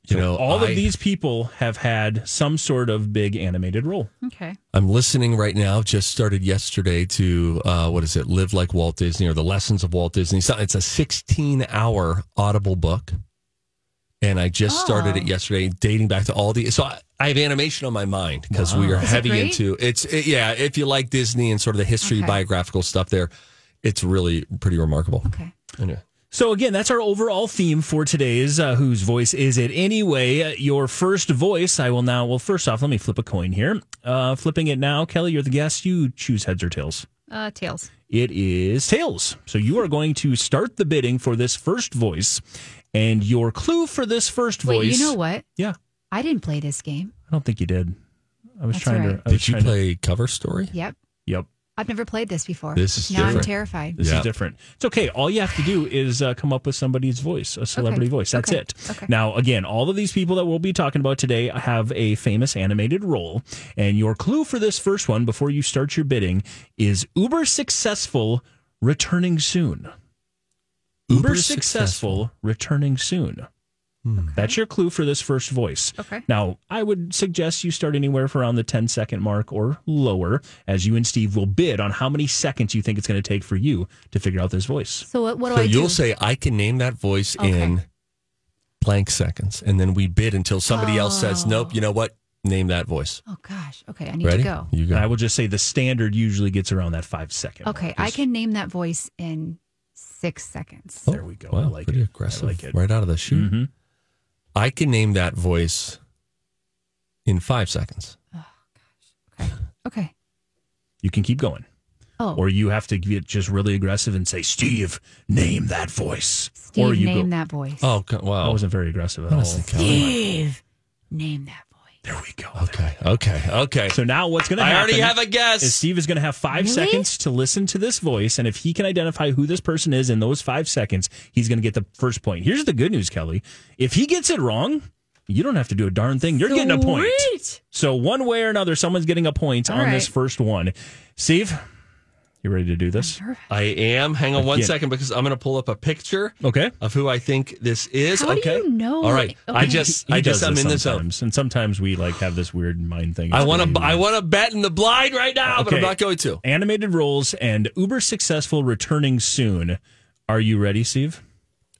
Speaker 1: You know,
Speaker 3: All
Speaker 1: I-
Speaker 3: of these people have had some sort of big animated role.
Speaker 2: Okay.
Speaker 1: I'm listening right now. Just started yesterday to uh, what is it? Live like Walt Disney or the lessons of Walt Disney. So It's a 16 hour Audible book, and I just started it yesterday, dating back to all the. So I, I have animation on my mind because we
Speaker 3: Wow.
Speaker 1: are
Speaker 3: Is it
Speaker 1: heavy
Speaker 3: great?
Speaker 1: into it's. It, yeah, if you like Disney and sort of the history
Speaker 2: Okay.
Speaker 1: biographical stuff, there, it's really pretty remarkable.
Speaker 2: Okay.
Speaker 1: Anyway.
Speaker 3: So again, that's our overall theme for today's uh, "Whose Voice Is It Anyway." Uh, Your first voice, I will now. Well, first off, let me flip a coin here. Uh, flipping it now, Kelly, you're the guest. You choose heads or tails.
Speaker 2: Uh, tails.
Speaker 3: It is tails. So you are going to start the bidding for this first voice, and your clue for this first
Speaker 2: Wait,
Speaker 3: voice.
Speaker 2: you know what?
Speaker 3: Yeah,
Speaker 2: I didn't play this game.
Speaker 3: I don't think you did. I was
Speaker 2: That's
Speaker 3: trying
Speaker 2: all right.
Speaker 3: to. I was
Speaker 1: Did you
Speaker 3: trying to-
Speaker 1: play cover story?
Speaker 2: Yep.
Speaker 3: yep.
Speaker 2: I've never played this before.
Speaker 1: This is
Speaker 2: now I'm
Speaker 1: different.
Speaker 2: terrified.
Speaker 3: This
Speaker 1: Yeah.
Speaker 3: is different. It's okay. All you have to do is uh, come up with somebody's voice, a celebrity
Speaker 2: Okay.
Speaker 3: voice. That's
Speaker 2: Okay.
Speaker 3: it.
Speaker 2: Okay.
Speaker 3: Now, again, all of these people that we'll be talking about today have a famous animated role. And your clue for this first one before you start your bidding is uber successful returning soon. Uber,
Speaker 1: Uber
Speaker 3: successful Hmm. returning soon. That's your clue for this first voice.
Speaker 2: Okay.
Speaker 3: Now, I would suggest you start anywhere for around the 10 second mark or lower, as you and Steve will bid on how many seconds you think it's going to take for you to figure out this voice.
Speaker 2: So what, what do
Speaker 1: so
Speaker 2: I do?
Speaker 1: you'll say I can name that voice
Speaker 2: Okay.
Speaker 1: in blank seconds, and then we bid until somebody else says, "Nope, you know what? Name that voice."
Speaker 2: oh gosh. Okay, I need
Speaker 1: Ready?
Speaker 2: to go.
Speaker 1: You
Speaker 3: And I
Speaker 1: go.
Speaker 3: will just say the standard usually gets around that five second. mark.
Speaker 2: Okay, I can name that voice in six seconds.
Speaker 3: There we go.
Speaker 1: Wow,
Speaker 3: I like
Speaker 1: Oh, pretty
Speaker 3: it.
Speaker 1: aggressive,
Speaker 3: I like it.
Speaker 1: right out of the chute.
Speaker 3: Mhm.
Speaker 1: I can name that voice in five seconds. Oh.
Speaker 2: Okay.
Speaker 3: You can keep going.
Speaker 2: Oh.
Speaker 3: Or you have to get just really aggressive and say, Steve, name that voice.
Speaker 2: Steve,
Speaker 3: or you
Speaker 2: name
Speaker 3: go,
Speaker 2: that voice.
Speaker 1: Oh co- wow!
Speaker 3: I wasn't very aggressive at all.
Speaker 1: Honestly, Kelly,
Speaker 2: Steve, name that voice.
Speaker 3: There we go.
Speaker 1: Okay. Okay. Okay.
Speaker 3: So now what's going to
Speaker 1: I
Speaker 3: happen?
Speaker 1: already have a guess.
Speaker 3: Is Steve is going to have five
Speaker 1: Really?
Speaker 3: seconds to listen to this voice, and if he can identify who this person is in those five seconds, he's going to get the first point. Here's the good news, Kelly. If he gets it wrong, you don't have to do a darn thing. You're getting a point. So one way or another, someone's getting a point
Speaker 1: All
Speaker 3: on
Speaker 1: right.
Speaker 3: this first one. Steve, you ready to do this?
Speaker 1: I am. Hang on one
Speaker 3: Again.
Speaker 1: second because I'm going to pull up a picture.
Speaker 3: Okay.
Speaker 1: Of who I think this is.
Speaker 3: How do
Speaker 1: okay.
Speaker 3: you know?
Speaker 1: All right.
Speaker 3: Okay.
Speaker 1: I just.
Speaker 3: [LAUGHS] He
Speaker 1: I
Speaker 3: does
Speaker 1: just. I'm
Speaker 3: this
Speaker 1: in the zone.
Speaker 3: sometimes, And sometimes we like have this weird mind thing.
Speaker 1: I
Speaker 3: It's
Speaker 1: want
Speaker 3: pretty
Speaker 1: to. I want to bet in the blind right now, but I'm
Speaker 3: Okay.
Speaker 1: not going to.
Speaker 3: Animated roles and uber successful returning soon. Are you ready, Steve?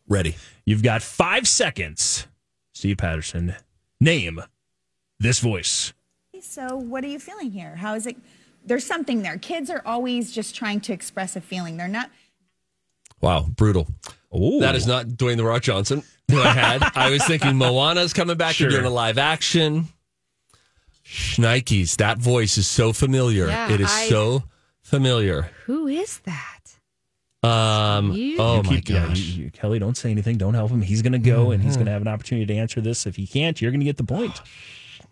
Speaker 1: Ready.
Speaker 3: You've got five seconds. Steve Patterson, name this voice.
Speaker 11: So, what are you feeling here? How is it? There's something there. Kids are always just trying to express a feeling. They're not.
Speaker 1: Wow, brutal.
Speaker 3: Ooh.
Speaker 1: That is not Dwayne the Rock Johnson who I had.
Speaker 3: [LAUGHS]
Speaker 1: I was thinking Moana's coming back.
Speaker 3: Sure.
Speaker 1: You're doing a live action. Schnikes. That voice is so familiar.
Speaker 2: Yeah,
Speaker 1: it is
Speaker 2: I-
Speaker 1: so familiar.
Speaker 2: Who is that?
Speaker 1: Um.
Speaker 2: You-
Speaker 1: Oh
Speaker 3: You
Speaker 1: my
Speaker 3: keep- yeah,
Speaker 1: gosh.
Speaker 3: you- you- Kelly, don't say anything. Don't help him. He's going to go and he's going to have an opportunity to answer this. If he can't, you're going to get the point.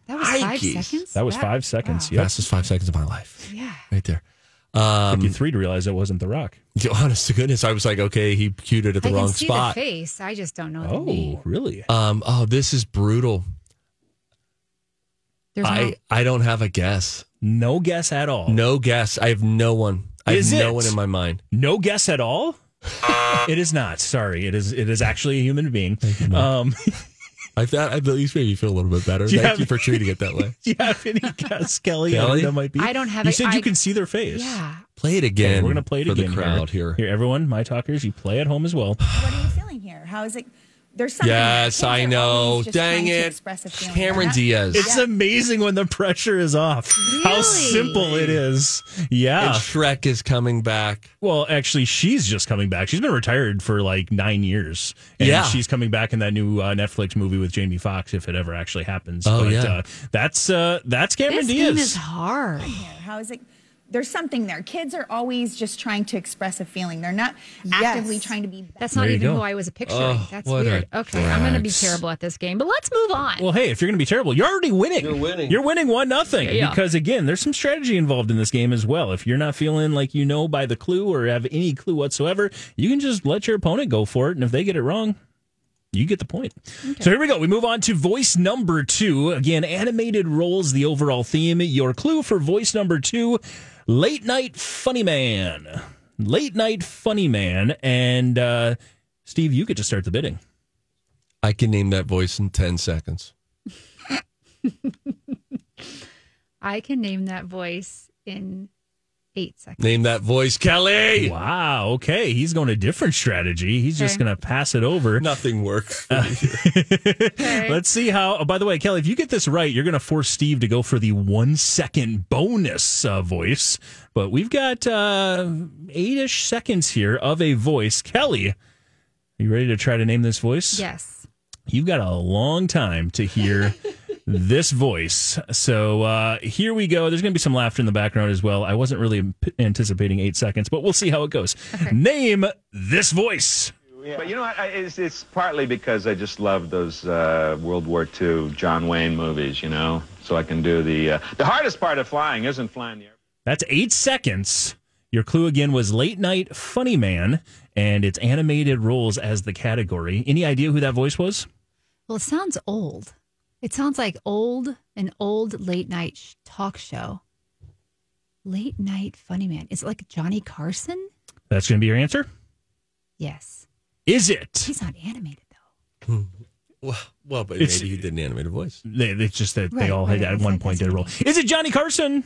Speaker 2: That was five
Speaker 1: Yikes.
Speaker 2: seconds.
Speaker 3: That was five seconds.
Speaker 1: Wow.
Speaker 3: Yep.
Speaker 1: Fastest five seconds of my life.
Speaker 2: Yeah.
Speaker 1: Right there. Um,
Speaker 3: Took you three to realize it wasn't The Rock.
Speaker 1: Yo, honest to goodness, I was like, okay, he cued it at the
Speaker 2: I
Speaker 1: wrong
Speaker 2: can see
Speaker 1: spot.
Speaker 2: the face. I just don't know the name.
Speaker 3: Oh, really?
Speaker 1: Um, oh, this is brutal.
Speaker 2: There's
Speaker 1: I
Speaker 2: no-
Speaker 1: I don't have a guess.
Speaker 3: No guess at all.
Speaker 1: No guess. I have no one. I
Speaker 3: Is
Speaker 1: have
Speaker 3: it?
Speaker 1: no one in my mind.
Speaker 3: No guess
Speaker 1: [LAUGHS]
Speaker 3: at all. it is not. Sorry, it is. It is actually a human being. Um,
Speaker 1: I thought I at least made you feel a little bit better.
Speaker 3: Do you
Speaker 1: Thank
Speaker 3: have-
Speaker 1: you for treating it that
Speaker 3: [LAUGHS]
Speaker 1: way.
Speaker 3: do you have any guess, Kelly? I
Speaker 1: Kelly?
Speaker 3: don't know, might be.
Speaker 2: I don't have
Speaker 3: You
Speaker 2: a-
Speaker 3: said
Speaker 2: I-
Speaker 3: you can see their face.
Speaker 2: Yeah.
Speaker 1: Play it again.
Speaker 3: Okay, we're gonna play it
Speaker 1: for
Speaker 3: again
Speaker 1: the crowd here.
Speaker 3: Here, everyone, my talkers, you play at home as well.
Speaker 11: What are you feeling here? How is it? There's something. there.
Speaker 1: Yes,
Speaker 11: Kids
Speaker 1: I
Speaker 11: are
Speaker 1: know.
Speaker 11: always just
Speaker 1: Dang
Speaker 11: trying to
Speaker 1: it,
Speaker 11: express a feeling. They're
Speaker 1: Cameron
Speaker 11: not-
Speaker 1: Diaz.
Speaker 3: It's amazing when the pressure is off. How
Speaker 2: Really?
Speaker 3: simple it is.
Speaker 1: And
Speaker 3: Yeah.
Speaker 1: Shrek is coming back.
Speaker 3: Well, actually, she's just coming back. She's been retired for like nine years. And
Speaker 1: Yeah.
Speaker 3: She's coming back in that new uh, Netflix movie with Jamie Foxx, if it ever actually happens.
Speaker 1: Oh,
Speaker 3: but,
Speaker 1: yeah.
Speaker 3: Uh, that's uh, that's Cameron
Speaker 2: This
Speaker 3: Diaz.
Speaker 2: game is
Speaker 3: [SIGHS]
Speaker 2: hard.
Speaker 11: How is it? There's something there. Kids are always just trying to express a feeling. They're not actively trying to be.
Speaker 2: That's not
Speaker 3: There you
Speaker 2: even
Speaker 3: go.
Speaker 2: who I was picturing.
Speaker 1: Oh,
Speaker 2: That's
Speaker 1: what a
Speaker 2: weird. Okay, I'm going to be
Speaker 1: drags.
Speaker 2: terrible at this game, but let's move on.
Speaker 3: Well, hey, if you're going to be terrible, you're already winning.
Speaker 1: You're winning.
Speaker 3: You're winning one nothing
Speaker 2: Yeah.
Speaker 3: because again, there's some strategy involved in this game as well. If you're not feeling like you know by the clue or have any clue whatsoever, you can just let your opponent go for it, and if they get it wrong. You get the point. So here we go. We move on to voice number two. Again, animated roles, the overall theme. Your clue for voice number two late night funny man. Late night funny man. And uh, Steve, you get to start the bidding.
Speaker 1: I can name that voice in ten seconds.
Speaker 2: I can name that voice in eight seconds.
Speaker 1: Name that voice, Kelly.
Speaker 3: Wow. Okay. He's going a different strategy. He's just
Speaker 2: Okay.
Speaker 3: going to pass it
Speaker 1: [LAUGHS]
Speaker 3: over.
Speaker 1: Nothing works.
Speaker 3: Let's see how. Oh, by the way, Kelly, if you get this right, you're going to force Steve to go for the one second bonus uh, voice. But we've got uh, eight ish seconds here of a voice. Kelly, are you ready to try to name this voice?
Speaker 2: Yes.
Speaker 3: You've got a long time to hear this voice. So uh, here we go. There's going to be some laughter in the background as well. I wasn't really p- anticipating eight seconds, but we'll see how it goes. Name this voice.
Speaker 12: But you know what? I, it's, it's partly because I just love those uh, World War II John Wayne movies, you know? So I can do the. Uh, the hardest part of flying isn't flying the airplane.
Speaker 3: That's eight seconds. Your clue again was late night funny man, and it's animated roles as the category. Any idea who that voice was?
Speaker 2: Well, it sounds old. It sounds like old, an old late night sh- talk show. Late night funny man. Is it like Johnny Carson?
Speaker 3: That's going to be your answer.
Speaker 2: Yes.
Speaker 3: Is it?
Speaker 2: He's not animated though.
Speaker 1: Well, well, but
Speaker 3: It's-
Speaker 1: maybe he did an animated voice.
Speaker 3: They, it's just that they
Speaker 2: Right,
Speaker 3: all had
Speaker 2: right,
Speaker 3: at
Speaker 2: it's
Speaker 3: one
Speaker 2: like
Speaker 3: point
Speaker 2: that's
Speaker 3: did a role. Is it Johnny Carson?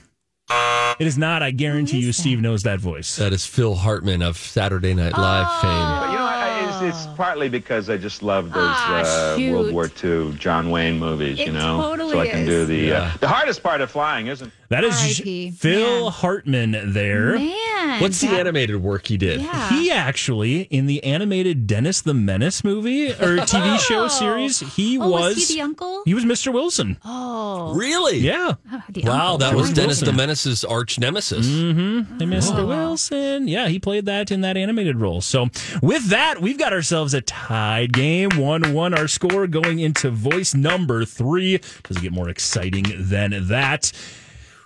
Speaker 3: It is not. I guarantee you, Steve knows that voice.
Speaker 1: That is Phil Hartman of Saturday Night Live
Speaker 11: Oh.
Speaker 12: But you know what? I, it's, it's partly because I just love those
Speaker 2: Oh. Ah,
Speaker 12: uh, World
Speaker 2: shoot.
Speaker 12: War II John Wayne movies,
Speaker 2: It
Speaker 12: you know? so
Speaker 2: totally
Speaker 12: I can
Speaker 2: is.
Speaker 12: do the.
Speaker 1: Yeah.
Speaker 12: Uh, the hardest part of flying isn't.
Speaker 3: That is
Speaker 2: R.I.P..
Speaker 3: Phil
Speaker 2: Man.
Speaker 3: Hartman there.
Speaker 2: Man. man.
Speaker 1: What's the
Speaker 2: that-
Speaker 1: animated work he did?
Speaker 2: Yeah.
Speaker 3: He actually, in the animated Dennis the Menace movie or TV show series, he
Speaker 2: Oh,
Speaker 3: was,
Speaker 2: was he the uncle?
Speaker 3: He was Mr. Wilson.
Speaker 2: Oh.
Speaker 1: Really?
Speaker 3: Yeah.
Speaker 2: the
Speaker 1: wow, Mm.
Speaker 2: uncle.
Speaker 1: that was
Speaker 3: Mr.
Speaker 1: Dennis
Speaker 3: Wilson.
Speaker 1: the Menace's arch nemesis.
Speaker 3: Mm-hmm. Hey, Mr.
Speaker 1: Wow.
Speaker 3: Wilson. Yeah, he played that in that animated role. So with that, we've got ourselves a tied game. 1-1 our score going into voice number three. Doesn't get more exciting than that.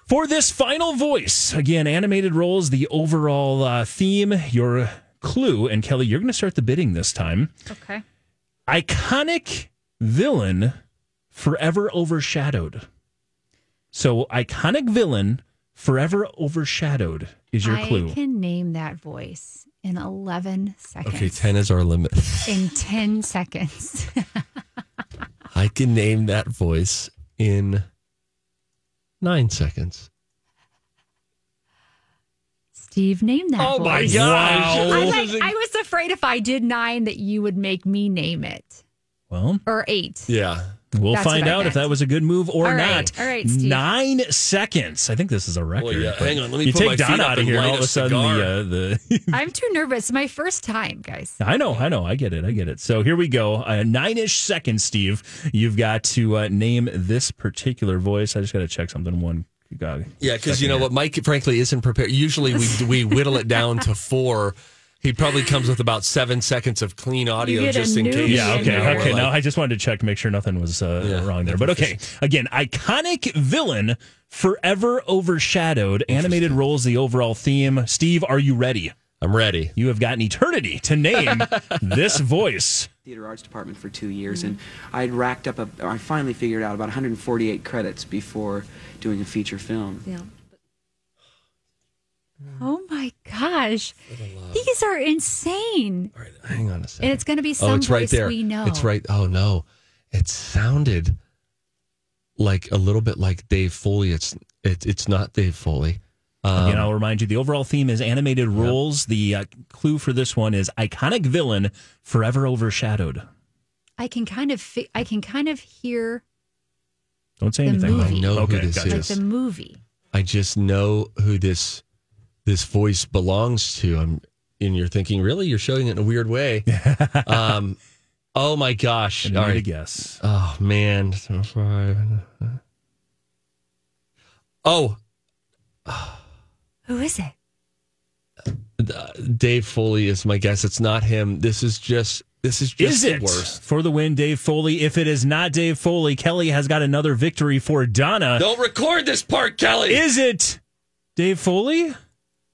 Speaker 3: For this final voice, again, animated roles, the overall uh, theme, your clue. And Kelly, you're going to start the bidding this time.
Speaker 2: Okay.
Speaker 3: Iconic villain forever overshadowed. So, iconic villain forever overshadowed is your
Speaker 2: I
Speaker 3: clue.
Speaker 2: can name that voice in 11 seconds.
Speaker 1: Okay, 10 is our limit.
Speaker 2: In 10 seconds. [LAUGHS]
Speaker 1: I can name that voice in nine seconds.
Speaker 2: Steve, name that
Speaker 1: Oh, my
Speaker 2: voice.
Speaker 1: gosh.
Speaker 2: I,
Speaker 1: Wow.
Speaker 2: like- I was afraid if I did nine that you would make me name it.
Speaker 3: Well,
Speaker 2: Or eight.
Speaker 1: yeah.
Speaker 3: We'll
Speaker 2: That's
Speaker 3: find
Speaker 2: what I
Speaker 3: out if
Speaker 2: meant.
Speaker 3: that was a good move or
Speaker 2: All right,
Speaker 3: not.
Speaker 2: all right, Steve.
Speaker 3: Nine seconds. I think this is a record.
Speaker 1: yeah,
Speaker 3: but
Speaker 1: hang on, let me
Speaker 3: you
Speaker 1: put
Speaker 3: take
Speaker 1: my
Speaker 3: Don
Speaker 1: feet up
Speaker 3: out of
Speaker 1: and
Speaker 3: here.
Speaker 1: light
Speaker 3: all of
Speaker 1: a
Speaker 3: a sudden,
Speaker 1: cigar.
Speaker 3: the, uh,
Speaker 2: [LAUGHS]
Speaker 3: the
Speaker 2: I'm too nervous. My first time, guys.
Speaker 3: I know, I know, I get it, I get it. So here we go. Uh, nine-ish seconds, Steve. You've got to uh, name this particular voice. I just got to check something. One, uh,
Speaker 1: Yeah, because you know what? Mike, frankly, isn't prepared. Usually we, we whittle it down to four. He probably comes with about seven seconds of clean audio
Speaker 2: get a
Speaker 1: just in
Speaker 2: newbie
Speaker 1: case.
Speaker 3: Yeah,
Speaker 1: you
Speaker 3: okay,
Speaker 1: know, we're
Speaker 3: okay.
Speaker 1: like-
Speaker 3: Now I just wanted to check to make sure nothing was uh,
Speaker 1: Yeah,
Speaker 3: wrong there. But okay, again, iconic villain forever overshadowed. Animated roles the overall theme. Steve, are you ready?
Speaker 1: I'm ready.
Speaker 3: You have got an eternity
Speaker 1: [LAUGHS]
Speaker 3: to name this voice.
Speaker 13: theater arts department for two years, and I'd racked up, a, I finally figured out about 148 credits before doing a feature film.
Speaker 2: Yeah.
Speaker 1: Mm.
Speaker 2: Oh my gosh. These are insane.
Speaker 1: Hang on a second.
Speaker 2: And it's gonna be some
Speaker 1: oh, it's right
Speaker 2: voice
Speaker 1: there.
Speaker 2: we know.
Speaker 1: It's right. Oh no, it sounded like a little bit like Dave Foley. It's it, it's not Dave Foley. Um,
Speaker 3: and I'll remind you, the overall theme is animated roles. The uh, clue for this one is iconic villain forever overshadowed.
Speaker 2: I can kind of fi- I can kind of hear
Speaker 3: Don't say
Speaker 2: The
Speaker 3: anything.
Speaker 2: movie.
Speaker 1: I know who
Speaker 3: okay,
Speaker 1: this
Speaker 3: gotcha.
Speaker 2: like the movie.
Speaker 1: I just know who this this voice belongs to. I'm and you're thinking, really, you're showing it in a weird
Speaker 3: [LAUGHS]
Speaker 1: way. um, oh my gosh!
Speaker 3: And
Speaker 1: All
Speaker 3: I need
Speaker 1: right,
Speaker 3: a guess.
Speaker 1: Oh man. So five. Oh,
Speaker 2: Who is it?
Speaker 1: uh, Dave Foley is my guess. It's not him. This is just this is just
Speaker 3: Is
Speaker 1: the
Speaker 3: it
Speaker 1: worst.
Speaker 3: for the win, Dave Foley? If it is not Dave Foley, Kelly has got another victory for Donna.
Speaker 1: Don't record this part, Kelly.
Speaker 3: Is it Dave Foley?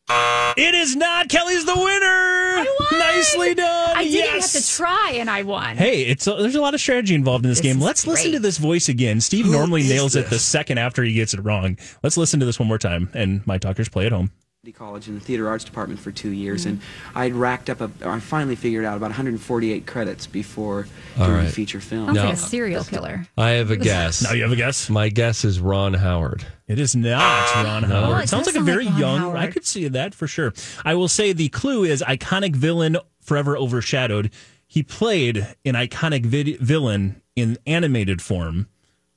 Speaker 3: It is not. Kelly's the winner. Nicely done.
Speaker 1: Oh,
Speaker 2: I didn't
Speaker 3: yes.
Speaker 2: have to try and I won.
Speaker 3: Hey, it's a, there's a lot of strategy involved in this,
Speaker 2: This
Speaker 3: game.
Speaker 2: is
Speaker 3: Let's listen to
Speaker 2: great.
Speaker 3: this voice again. Steve normally
Speaker 13: is
Speaker 3: nails it the
Speaker 13: this?
Speaker 3: second after he gets it wrong. Let's listen to this one more time, and my talkers play at home.
Speaker 13: City College in the theater arts department for two years, and I'd racked up, a, I finally figured out about 148 credits before
Speaker 1: All
Speaker 13: doing a
Speaker 1: right.
Speaker 13: feature film.
Speaker 2: Sounds
Speaker 1: No.
Speaker 2: like a serial killer.
Speaker 1: I have
Speaker 3: [LAUGHS]
Speaker 1: a guess.
Speaker 3: Now you have a guess.
Speaker 1: My guess is Ron Howard.
Speaker 3: It is not Ron Howard.
Speaker 2: it
Speaker 3: sounds
Speaker 2: does
Speaker 3: like
Speaker 2: sound
Speaker 3: a
Speaker 2: like
Speaker 3: very
Speaker 2: Ron
Speaker 3: young.
Speaker 2: Howard.
Speaker 3: I could see that for sure. I will say the clue is iconic villain forever overshadowed. He played an iconic vid- villain in animated form,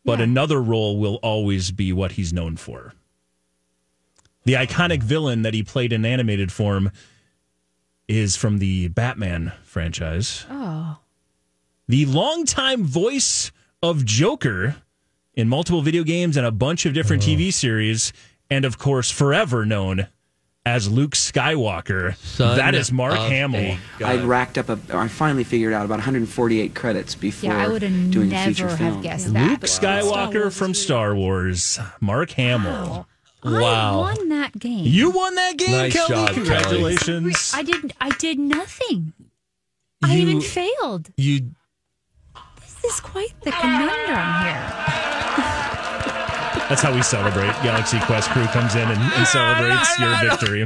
Speaker 3: but another role will always be what he's known for. The iconic villain that he played in animated form is from the Batman franchise.
Speaker 2: Oh.
Speaker 3: The longtime voice of Joker in multiple video games and a bunch of different
Speaker 1: Oh.
Speaker 3: TV series, and of course, forever known as Luke Skywalker.
Speaker 1: Son
Speaker 3: that is Mark
Speaker 1: of
Speaker 3: Hamill.
Speaker 1: a
Speaker 13: I'd
Speaker 1: gun.
Speaker 13: racked up, a, I finally figured out about 148 credits before
Speaker 2: Yeah, I would have
Speaker 13: doing a feature
Speaker 2: never
Speaker 13: film.
Speaker 2: have guessed that.
Speaker 3: Luke Skywalker from Star Wars. Mark Hamill.
Speaker 1: Wow.
Speaker 2: I won that game.
Speaker 3: You won that game,
Speaker 1: Nice
Speaker 3: Kelly.
Speaker 1: job, Kelly.
Speaker 3: Congratulations.
Speaker 2: I did I did nothing. I
Speaker 1: You-
Speaker 2: even failed.
Speaker 1: You
Speaker 2: This is quite the conundrum here.
Speaker 3: That's how we celebrate. Galaxy Quest crew comes
Speaker 2: [LAUGHS]
Speaker 3: in and, and celebrates your victory.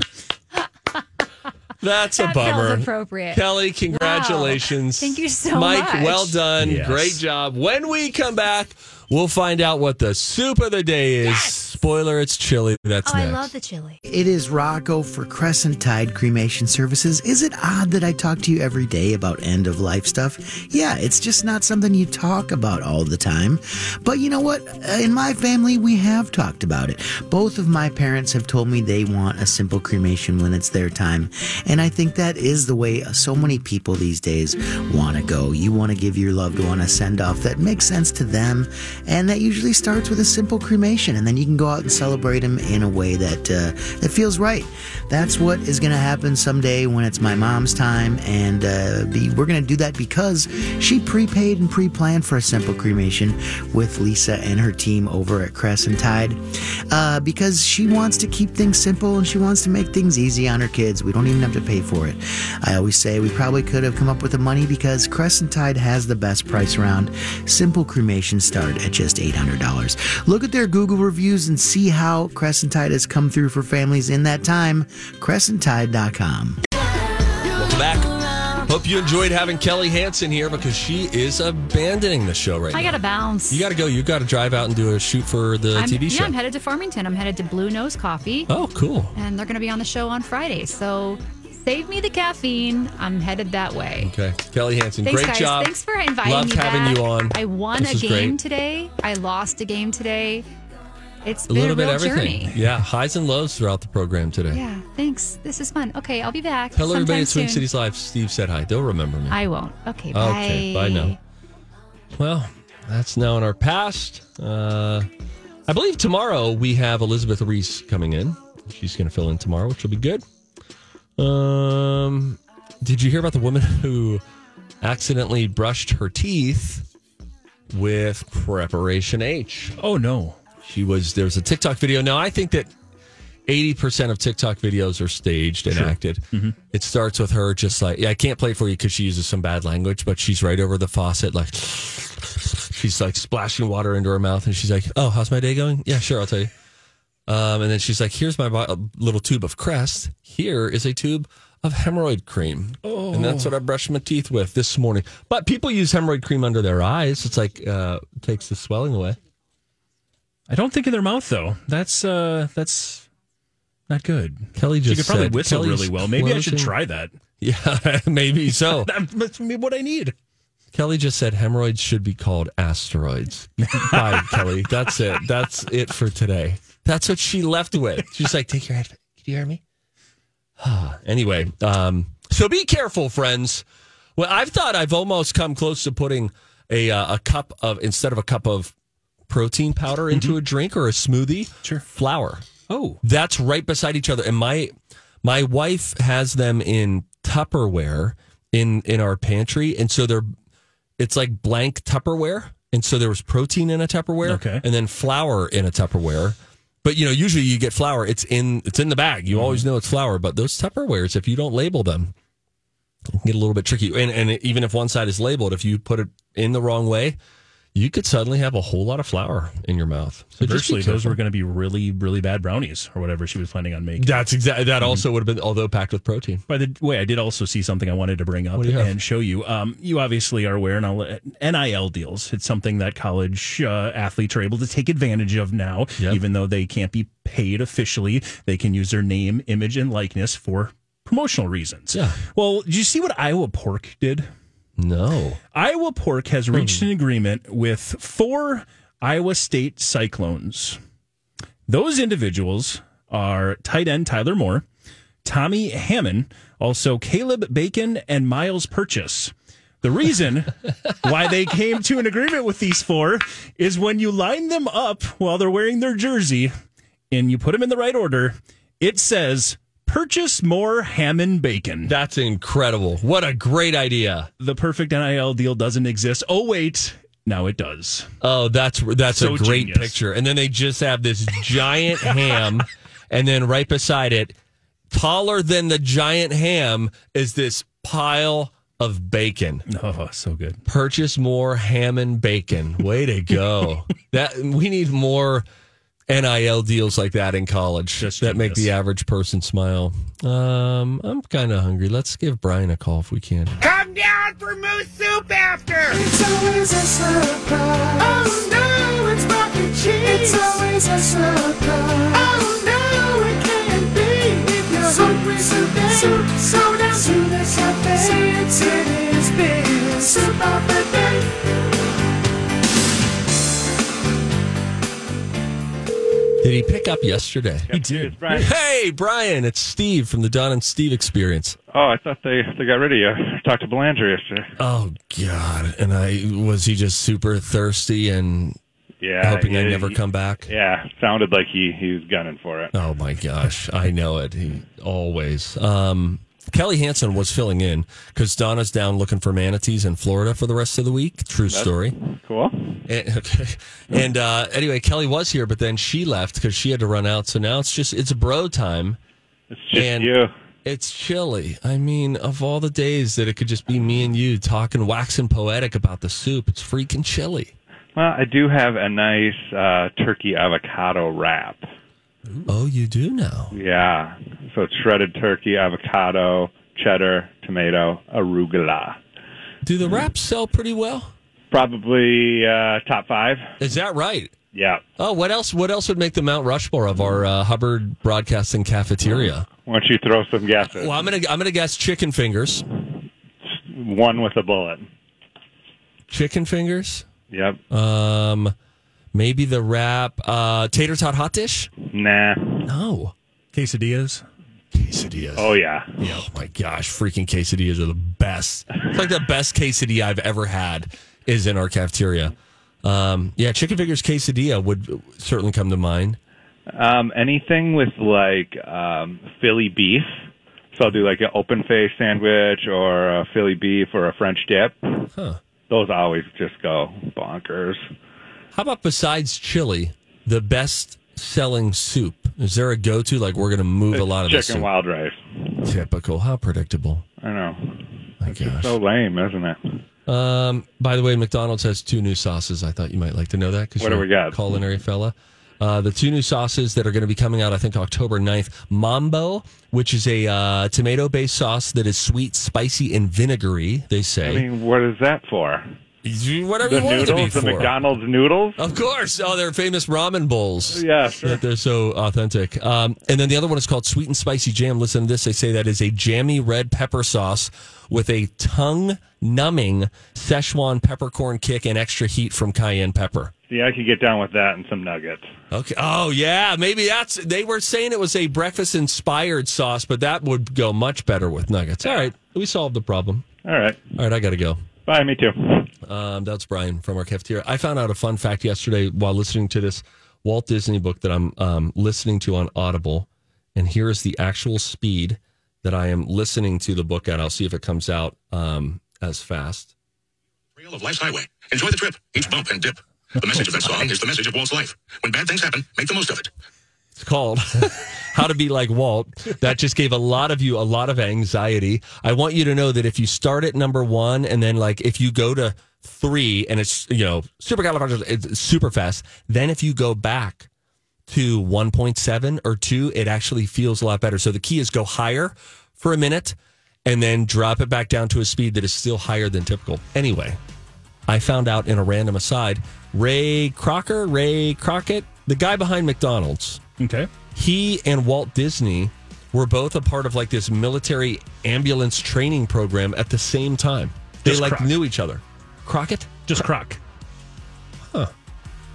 Speaker 1: that's a
Speaker 2: That feels
Speaker 1: bummer.
Speaker 2: appropriate.
Speaker 1: Kelly, congratulations.
Speaker 2: Thank you so
Speaker 1: Mike,
Speaker 2: much.
Speaker 1: well done.
Speaker 3: Yes.
Speaker 1: Great job. When we come back, we'll find out what the soup of the day is. Spoiler, it's chili. That's
Speaker 2: oh, I
Speaker 1: next.
Speaker 2: love the chili.
Speaker 8: It is Rocco for Crescent Tide Cremation Services. Is it odd that I talk to you every day about end of life stuff? Yeah, it's just not something you talk about all the time. But you know what? Uh, In my family, we have talked about it. Both of my parents have told me they want a simple cremation when it's their time. And I think that is the way so many people these days want to go. You want to give your loved one a send off that makes sense to them. And that usually starts with a simple cremation. And then you can go out and celebrate them in a way that, uh, that feels right. That's what is going to happen someday when it's my mom's time. And uh, be, we're going to do that because she prepaid and pre planned for a simple cremation with Lisa and her team over at Crescent Tide uh, because she wants to keep things simple and she wants to make things easy on her kids. We don't even have to pay for it. I always say we probably could have come up with the money because Crescent Tide has the best price around. Simple cremations start at just $800. Look at their Google reviews and see how Crescent Tide has come through for families in that time. CrescentTide.com.
Speaker 1: Welcome back. Hope you enjoyed having Kelly Hansen here because she is abandoning the show right
Speaker 2: I
Speaker 1: now.
Speaker 2: gotta bounce.
Speaker 1: You got to go. You got to drive out and do a shoot for the
Speaker 2: I'm,
Speaker 1: TV
Speaker 2: yeah,
Speaker 1: show.
Speaker 2: I'm headed to Farmington. I'm headed to Blue Nose Coffee.
Speaker 1: oh, cool.
Speaker 2: And they're gonna be on the show on Friday. So save me the caffeine. I'm headed that way.
Speaker 1: Okay, Kelly Hansen,
Speaker 2: Thanks,
Speaker 1: great
Speaker 2: guys.
Speaker 1: job.
Speaker 2: Thanks for inviting
Speaker 1: Loved
Speaker 2: me
Speaker 1: having
Speaker 2: back.
Speaker 1: you on.
Speaker 2: I won
Speaker 1: This
Speaker 2: a
Speaker 1: was
Speaker 2: game
Speaker 1: great.
Speaker 2: today. I lost a game today. It's
Speaker 1: A
Speaker 2: been
Speaker 1: little
Speaker 2: a
Speaker 1: bit
Speaker 2: real
Speaker 1: everything.
Speaker 2: journey.
Speaker 1: Yeah, highs and lows throughout the program today.
Speaker 2: Yeah. Thanks. This is fun. Okay, I'll be back.
Speaker 1: Tell everybody
Speaker 2: sometime
Speaker 1: at Swing
Speaker 2: soon.
Speaker 1: Cities Live, Steve said hi. They'll remember me.
Speaker 2: I won't. Okay. Bye.
Speaker 1: Okay, bye now. Well, that's now in our past. Uh, I believe tomorrow we have Elizabeth Reese coming in. She's going to fill in tomorrow, which will be good. Um, did you hear about the woman [LAUGHS] who accidentally brushed her teeth with preparation H?
Speaker 3: Oh no.
Speaker 1: She was there's a TikTok video. Now I think that 80% of TikTok videos are staged and
Speaker 3: Sure.
Speaker 1: acted. It starts with her just like, yeah, I can't play it for you because she uses some bad language, but she's right over the faucet, like, she's like splashing water into her mouth and she's like, oh, how's my day going? Yeah, sure, I'll tell you. Um, and then she's like, here's my bo- little tube of Crest. Here is a tube of hemorrhoid cream.
Speaker 3: Oh.
Speaker 1: And that's what I brushed my teeth with this morning. But people use hemorrhoid cream under their eyes. It's like, uh, takes the swelling away.
Speaker 3: I don't think in their mouth though. That's uh that's not good.
Speaker 1: Kelly
Speaker 3: She
Speaker 1: just
Speaker 3: could probably
Speaker 1: said
Speaker 3: whistle
Speaker 1: Kelly's
Speaker 3: really well. Maybe I should
Speaker 1: closing- Oh.
Speaker 3: try that.
Speaker 1: [LAUGHS] Yeah, [LAUGHS] maybe
Speaker 3: [LAUGHS]
Speaker 1: so.
Speaker 3: That's what I need.
Speaker 1: Kelly just said hemorrhoids should be called
Speaker 3: [LAUGHS]
Speaker 1: asteroids. Bye, Kelly. That's it. That's it for today. That's what she left with. She's like, take your head. Can you hear me? anyway, um, so be careful, friends. Well, I've thought I've almost come close to putting a uh, a cup of instead of a cup of protein powder into
Speaker 3: Mm-hmm.
Speaker 1: a drink or a smoothie. Sure, flour.
Speaker 3: Oh,
Speaker 1: that's right beside each other. And my my wife has them in Tupperware in in our pantry, and so they're it's like blank Tupperware. And so there was protein in a Tupperware,
Speaker 3: Okay.
Speaker 1: and then flour in a Tupperware. But you know, usually you get flour. It's in it's in the bag. You
Speaker 3: Mm-hmm.
Speaker 1: always know it's flour. But those Tupperwares, if you don't label them, it can get a little bit tricky. And and even if one side is labeled, if you put it in the wrong way, you could suddenly have a whole lot of flour in your mouth. So just be
Speaker 3: Conversely, those
Speaker 1: careful.
Speaker 3: were going to be really, really bad brownies or whatever she was planning on making.
Speaker 1: That's exactly
Speaker 3: Mm-hmm.
Speaker 1: that. Also would have been although packed with protein.
Speaker 3: By the way, I did also see something I wanted to bring up
Speaker 1: What do you have?
Speaker 3: and show you. Um, you obviously are aware now NIL deals. It's something that college uh, athletes are able to take advantage of now, even though they can't be paid officially. They can use their name, image, and likeness for promotional reasons.
Speaker 1: Yeah.
Speaker 3: Well, did you see what Iowa Pork did?
Speaker 1: No.
Speaker 3: Iowa Pork has reached an agreement with four Iowa State Cyclones. Those individuals are tight end Tyler Moore, Tommy Hammond, also Caleb Bacon, and Miles Purchase. The reason why they came to an agreement with these four is when you line them up while they're wearing their jersey and you put them in the right order, it says, Purchase more ham and bacon.
Speaker 1: That's incredible. What a great idea.
Speaker 3: The perfect NIL deal doesn't exist. Oh, wait. Now it does.
Speaker 1: Oh, that's that's
Speaker 3: So
Speaker 1: a great
Speaker 3: genius.
Speaker 1: picture. And then they just have this giant [LAUGHS] ham, and then right beside it, taller than the giant ham, is this pile of bacon.
Speaker 3: [LAUGHS] Oh, so good.
Speaker 1: Purchase more ham and bacon. Way to go. that we need more NIL deals like that in college that make the average person smile. Um, I'm kind of hungry. Let's give Brian a call if we can.
Speaker 10: Come down for moose soup after. It's always a surprise. Oh no, it's mac and cheese. It's always a surprise. Soup soda. Soon as I fancy this beer. Soup of the day.
Speaker 1: Did he pick up yesterday?
Speaker 14: He did. It's Brian.
Speaker 1: Hey, Brian, it's Steve from the Don and Steve Experience.
Speaker 14: Oh, I thought they, they got rid of you. I talked to Belanger yesterday.
Speaker 1: Oh God! And I was he just super thirsty and
Speaker 14: Yeah.
Speaker 1: hoping I
Speaker 14: he-
Speaker 1: never come back.
Speaker 14: Yeah. Sounded like he, he was gunning for it.
Speaker 1: Oh my gosh, I know it. He always. Um, Kelly Hansen was filling in because Donna's down looking for manatees in Florida for the rest of the week. True
Speaker 14: That's
Speaker 1: story.
Speaker 14: Cool.
Speaker 1: And, [LAUGHS] okay. And uh, anyway, Kelly was here, but then she left because she had to run out. So now it's just it's bro time. It's
Speaker 14: just you.
Speaker 1: It's chilly. I mean, of all the days that it could just be me and you talking, waxing poetic about the soup, it's freaking chilly.
Speaker 14: Well, I do have a nice uh, turkey avocado wrap.
Speaker 1: Oh, you do now.
Speaker 14: Yeah. So it's shredded turkey, avocado, cheddar, tomato, arugula.
Speaker 1: Do the wraps sell pretty well?
Speaker 14: Probably uh, top five.
Speaker 1: Is that right?
Speaker 14: Yeah.
Speaker 1: Oh, what else? What else would make the Mount Rushmore of our uh, Hubbard Broadcasting cafeteria?
Speaker 14: Why don't you throw some guesses?
Speaker 1: Well, I'm gonna I'm gonna guess chicken fingers.
Speaker 14: One with a bullet.
Speaker 1: Chicken fingers.
Speaker 14: Yep.
Speaker 1: Um, maybe the wrap. Uh, tater tot hot dish.
Speaker 14: Nah.
Speaker 1: No.
Speaker 3: Quesadillas.
Speaker 1: Quesadillas.
Speaker 14: Oh yeah.
Speaker 1: Oh my gosh, freaking quesadillas are the best. It's like the best quesadilla I've ever had is in our cafeteria. Um, yeah, chicken fingers quesadilla would certainly come to mind.
Speaker 14: Um, anything with like um, Philly beef. So I'll do like an open face sandwich or a Philly beef or a French dip.
Speaker 1: Huh.
Speaker 14: Those always just go bonkers.
Speaker 1: How about besides chili, the best selling soup? Is there a go to? Like we're going to move a lot of this.
Speaker 14: Chicken wild rice.
Speaker 1: soup. Typical. How predictable.
Speaker 14: I know.
Speaker 1: My gosh.
Speaker 14: So lame, isn't it?
Speaker 1: Um, by the way, McDonald's has two new sauces. I thought you might like to know that because
Speaker 14: What
Speaker 1: you're
Speaker 14: do we
Speaker 1: a
Speaker 14: got?
Speaker 1: culinary fella. Uh, the two new sauces that are going to be coming out, I think, October 9th. Mambo, which is a uh, tomato based sauce that is sweet, spicy, and vinegary, they
Speaker 14: I
Speaker 1: say.
Speaker 14: mean, what is that for?
Speaker 1: Whatever
Speaker 14: the
Speaker 1: you want it
Speaker 14: noodles,
Speaker 1: to be for.
Speaker 14: the McDonald's
Speaker 1: [LAUGHS]
Speaker 14: noodles.
Speaker 1: Of course. Oh, they're famous ramen bowls.
Speaker 14: Yeah,
Speaker 1: That they're so authentic. Um, and then the other one is called Sweet and Spicy Jam. Listen to this. They say that is a jammy red pepper sauce with a tongue numbing Szechuan peppercorn kick and extra heat from cayenne pepper.
Speaker 14: See, I could get down with that and some nuggets.
Speaker 1: Okay. Oh, yeah. Maybe that's. They were saying it was a breakfast inspired sauce, but that would go much better with nuggets. All right. We solved the problem.
Speaker 14: All right.
Speaker 1: All right. I got to go.
Speaker 14: Bye. Me too.
Speaker 1: Um, that's Brian from our cafeteria. I found out a fun fact yesterday while listening to this Walt Disney book that I'm um, listening to on Audible. And here is the actual speed that I am listening to the book at. I'll see if it comes out um, as fast.
Speaker 15: Trail of Life's Highway. Enjoy the trip, each bump and dip. The message of that song is the message of Walt's life. When bad things happen, make the most of it.
Speaker 1: It's called [LAUGHS] How to Be Like Walt. That just gave a lot of you a lot of anxiety. I want you to know that if you start at number one and then, like, if you go to three and it's, you know, super it's super fast, then if you go back to 1.7 or 2, it actually feels a lot better. So the key is go higher for a minute and then drop it back down to a speed that is still higher than typical. Anyway, I found out in a random aside, Ray Crocker, Ray Crockett, the guy behind McDonald's.
Speaker 3: Okay.
Speaker 1: He and Walt Disney were both a part of like this military ambulance training program at the same time. They
Speaker 3: Just
Speaker 1: like
Speaker 3: Croc.
Speaker 1: knew each other. Crockett?
Speaker 3: Just Croc.
Speaker 1: Huh.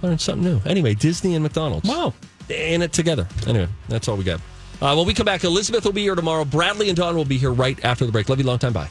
Speaker 1: Learned something new. Anyway, Disney and McDonald's. Wow. In it together. Anyway, that's all we got. Uh, when we come back, Elizabeth will be here tomorrow. Bradley and Don will be here right after the break. Love you long time. Bye.